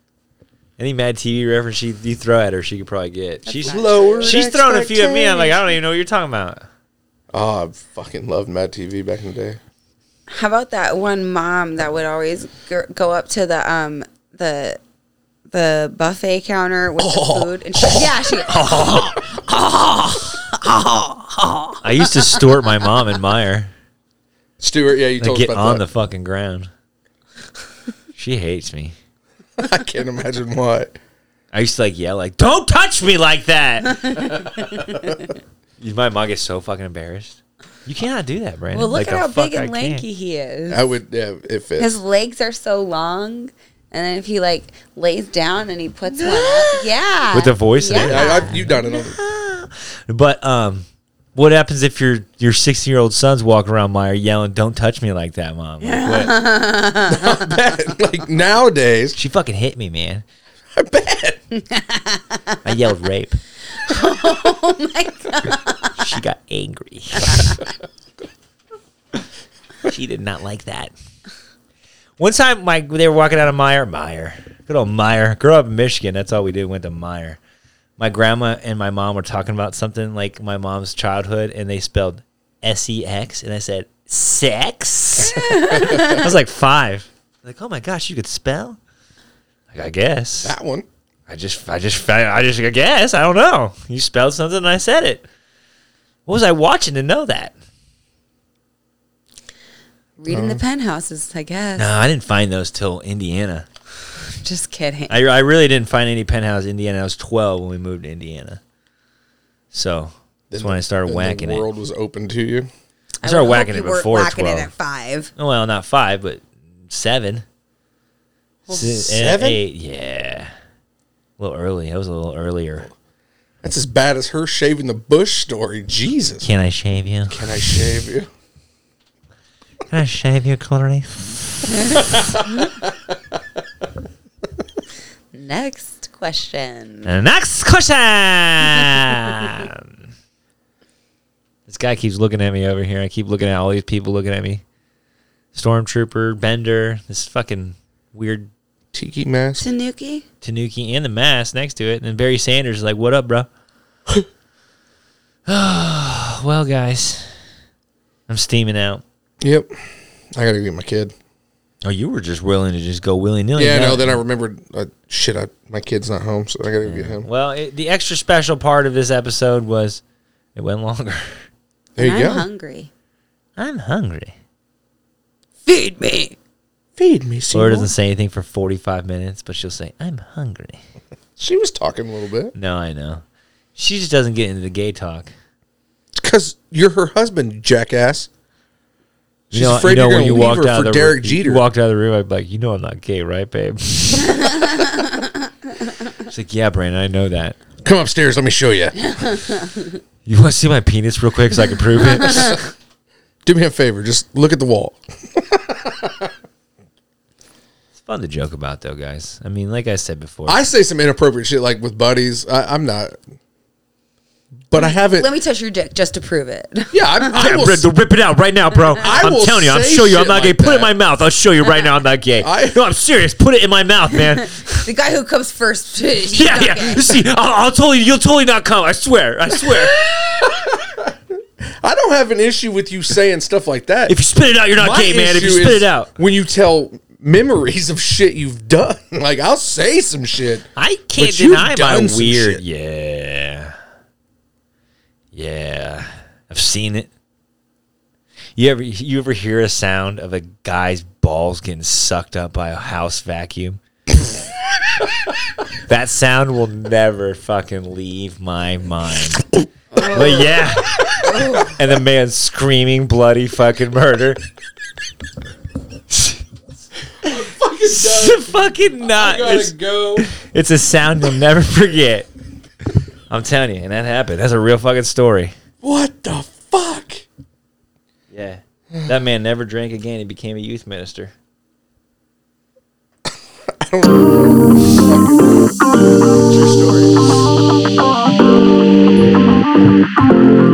B: Any Mad TV reference she you throw at her, she could probably get. she's
D: lower.
B: she's thrown a few at me. I'm like, I don't even know what you're talking about.
D: Oh, I fucking loved Mad TV back in the day.
C: How about that one mom that would always go- go up to the um the the buffet counter with
B: Oh.
C: the food and she, yeah, she
B: I used to snort my mom and Meyer.
D: Stuart, yeah, you
B: Like,
D: told us
B: get
D: about
B: on the
D: that.
B: fucking ground. She hates me.
D: I can't imagine why.
B: I used to like yell like, "Don't touch me like that." my mom gets so fucking embarrassed. You cannot do that, Brandon.
C: Well, look
B: Like,
C: at
B: the
C: how
B: fuck
C: big and
B: I can't.
C: lanky he is.
D: I would. Yeah, if it.
C: His legs are so long, and then if he like lays down and he puts one up, yeah,
B: With the voice in
C: yeah.
B: it.
D: I, I've, you've done it. on the-
B: But um, What happens if your your 16 year old son's walking around Meyer yelling, "Don't touch me like that, mom"? Like, what?
D: like nowadays,
B: She fucking hit me, man.
D: I bet.
B: I yelled rape.
C: Oh my God.
B: She got angry. she did not like that. One time, my they were walking out of Meyer. Meyer, good old Meyer. Grew up in Michigan. That's all we did. Went to Meyer. My grandma and my mom were talking about something like my mom's childhood, and they spelled S E X, and I said sex. I was like five. Like, oh my gosh, you could spell. Like, I guess.
D: That one.
B: I just, I just, I just, I guess, I don't know. You spelled something and I said it. What was I watching to know that?
C: Reading
B: Oh.
C: the penthouses, I guess.
B: No, I didn't find those till Indiana.
C: Just kidding.
B: I, I really didn't find any penthouse in Indiana. I was 12 when we moved to Indiana. So that's when I started
D: Then
B: whacking
D: the
B: it.
D: world was open to you.
B: I started
C: would
B: whacking
C: hope
B: it
C: you weren't
B: before
C: whacking
B: 12.
C: it at five.
B: Oh, Well, not five, but seven. Si- eh,
D: seven?
B: Eight, yeah. A little early. I was a little earlier.
D: That's as bad as her shaving the bush story. Jesus.
B: Can I shave you?
D: Can I shave you?
B: Can I shave you, Clarice?
C: Next question.
B: Next question. this guy keeps looking at me over here. I keep looking at all these people looking at me. Stormtrooper, Bender, this fucking weird
D: Tiki mask.
C: Tanuki?
B: Tanuki, and the mask next to it. And then Barry Sanders is like, "What up, bro?" well, guys, I'm steaming out.
D: Yep. I gotta get my kid.
B: Oh, you were just willing to just go willy nilly.
D: Yeah, no. Then I remembered. Uh, shit, I, my kid's not home, so I gotta go get him.
B: Well, it, the extra special part of this episode was it went longer.
D: There you
C: I'm
D: go.
C: hungry.
B: I'm hungry.
C: Feed me.
D: Feed me,
B: Laura
D: Seymour.
B: doesn't say anything for 45 minutes, but she'll say, I'm hungry.
D: She was talking a little bit
B: No, I know. She just doesn't get into the gay talk.
D: because you're her husband, you jackass. She's
B: you know,
D: afraid
B: you know
D: you're
B: when
D: gonna
B: you
D: leave
B: walked out
D: her
B: of
D: for
B: the
D: Derek
B: room,
D: Jeter.
B: You walked out of the room, I'd be like, you know I'm not gay, right, babe? She's like, yeah, Brandon, I know that.
D: Come upstairs. Let me show you.
B: You want to see my penis real quick so I can prove it?
D: Do me a favor. Just look at the wall.
B: it's fun to joke about, though, guys. I mean, like I said before,
D: I say some inappropriate shit like with buddies. I, I'm not, but I haven't.
C: Let me touch your dick just to prove it.
D: yeah, I, I will.
B: Rip,
D: s-
B: rip it out right now, bro. I am
D: will
B: telling you, I'm
D: say
B: show you I'm
D: shit
B: not gay.
D: like
B: Put it
D: that.
B: in my mouth. I'll show you right now I'm not gay.
D: I-
B: no, I'm serious. Put it in my mouth, man.
C: the guy who comes first. he's
B: Yeah,
C: not
B: yeah.
C: gay.
B: See, I'll, I'll totally, you'll totally not come. I swear, I swear.
D: I don't have an issue with you saying stuff like that.
B: if you spit it out, you're not
D: My
B: gay, man. If you
D: issue
B: spit
D: is
B: it out,
D: when you tell memories of shit you've done, like I'll say some shit.
B: I can't
D: But you've
B: deny my
D: done some
B: weird.
D: shit.
B: Yeah, yeah. I've seen it. You ever you ever hear a sound of a guy's balls getting sucked up by a house vacuum? that sound will never fucking leave my mind. But yeah. and the man screaming bloody fucking murder. It's fucking not. It's,
D: go.
B: it's a sound you'll never forget. I'm telling you, and that happened. That's a real fucking story.
D: What the fuck?
B: Yeah. That man never drank again. He became a youth minister.
D: True story.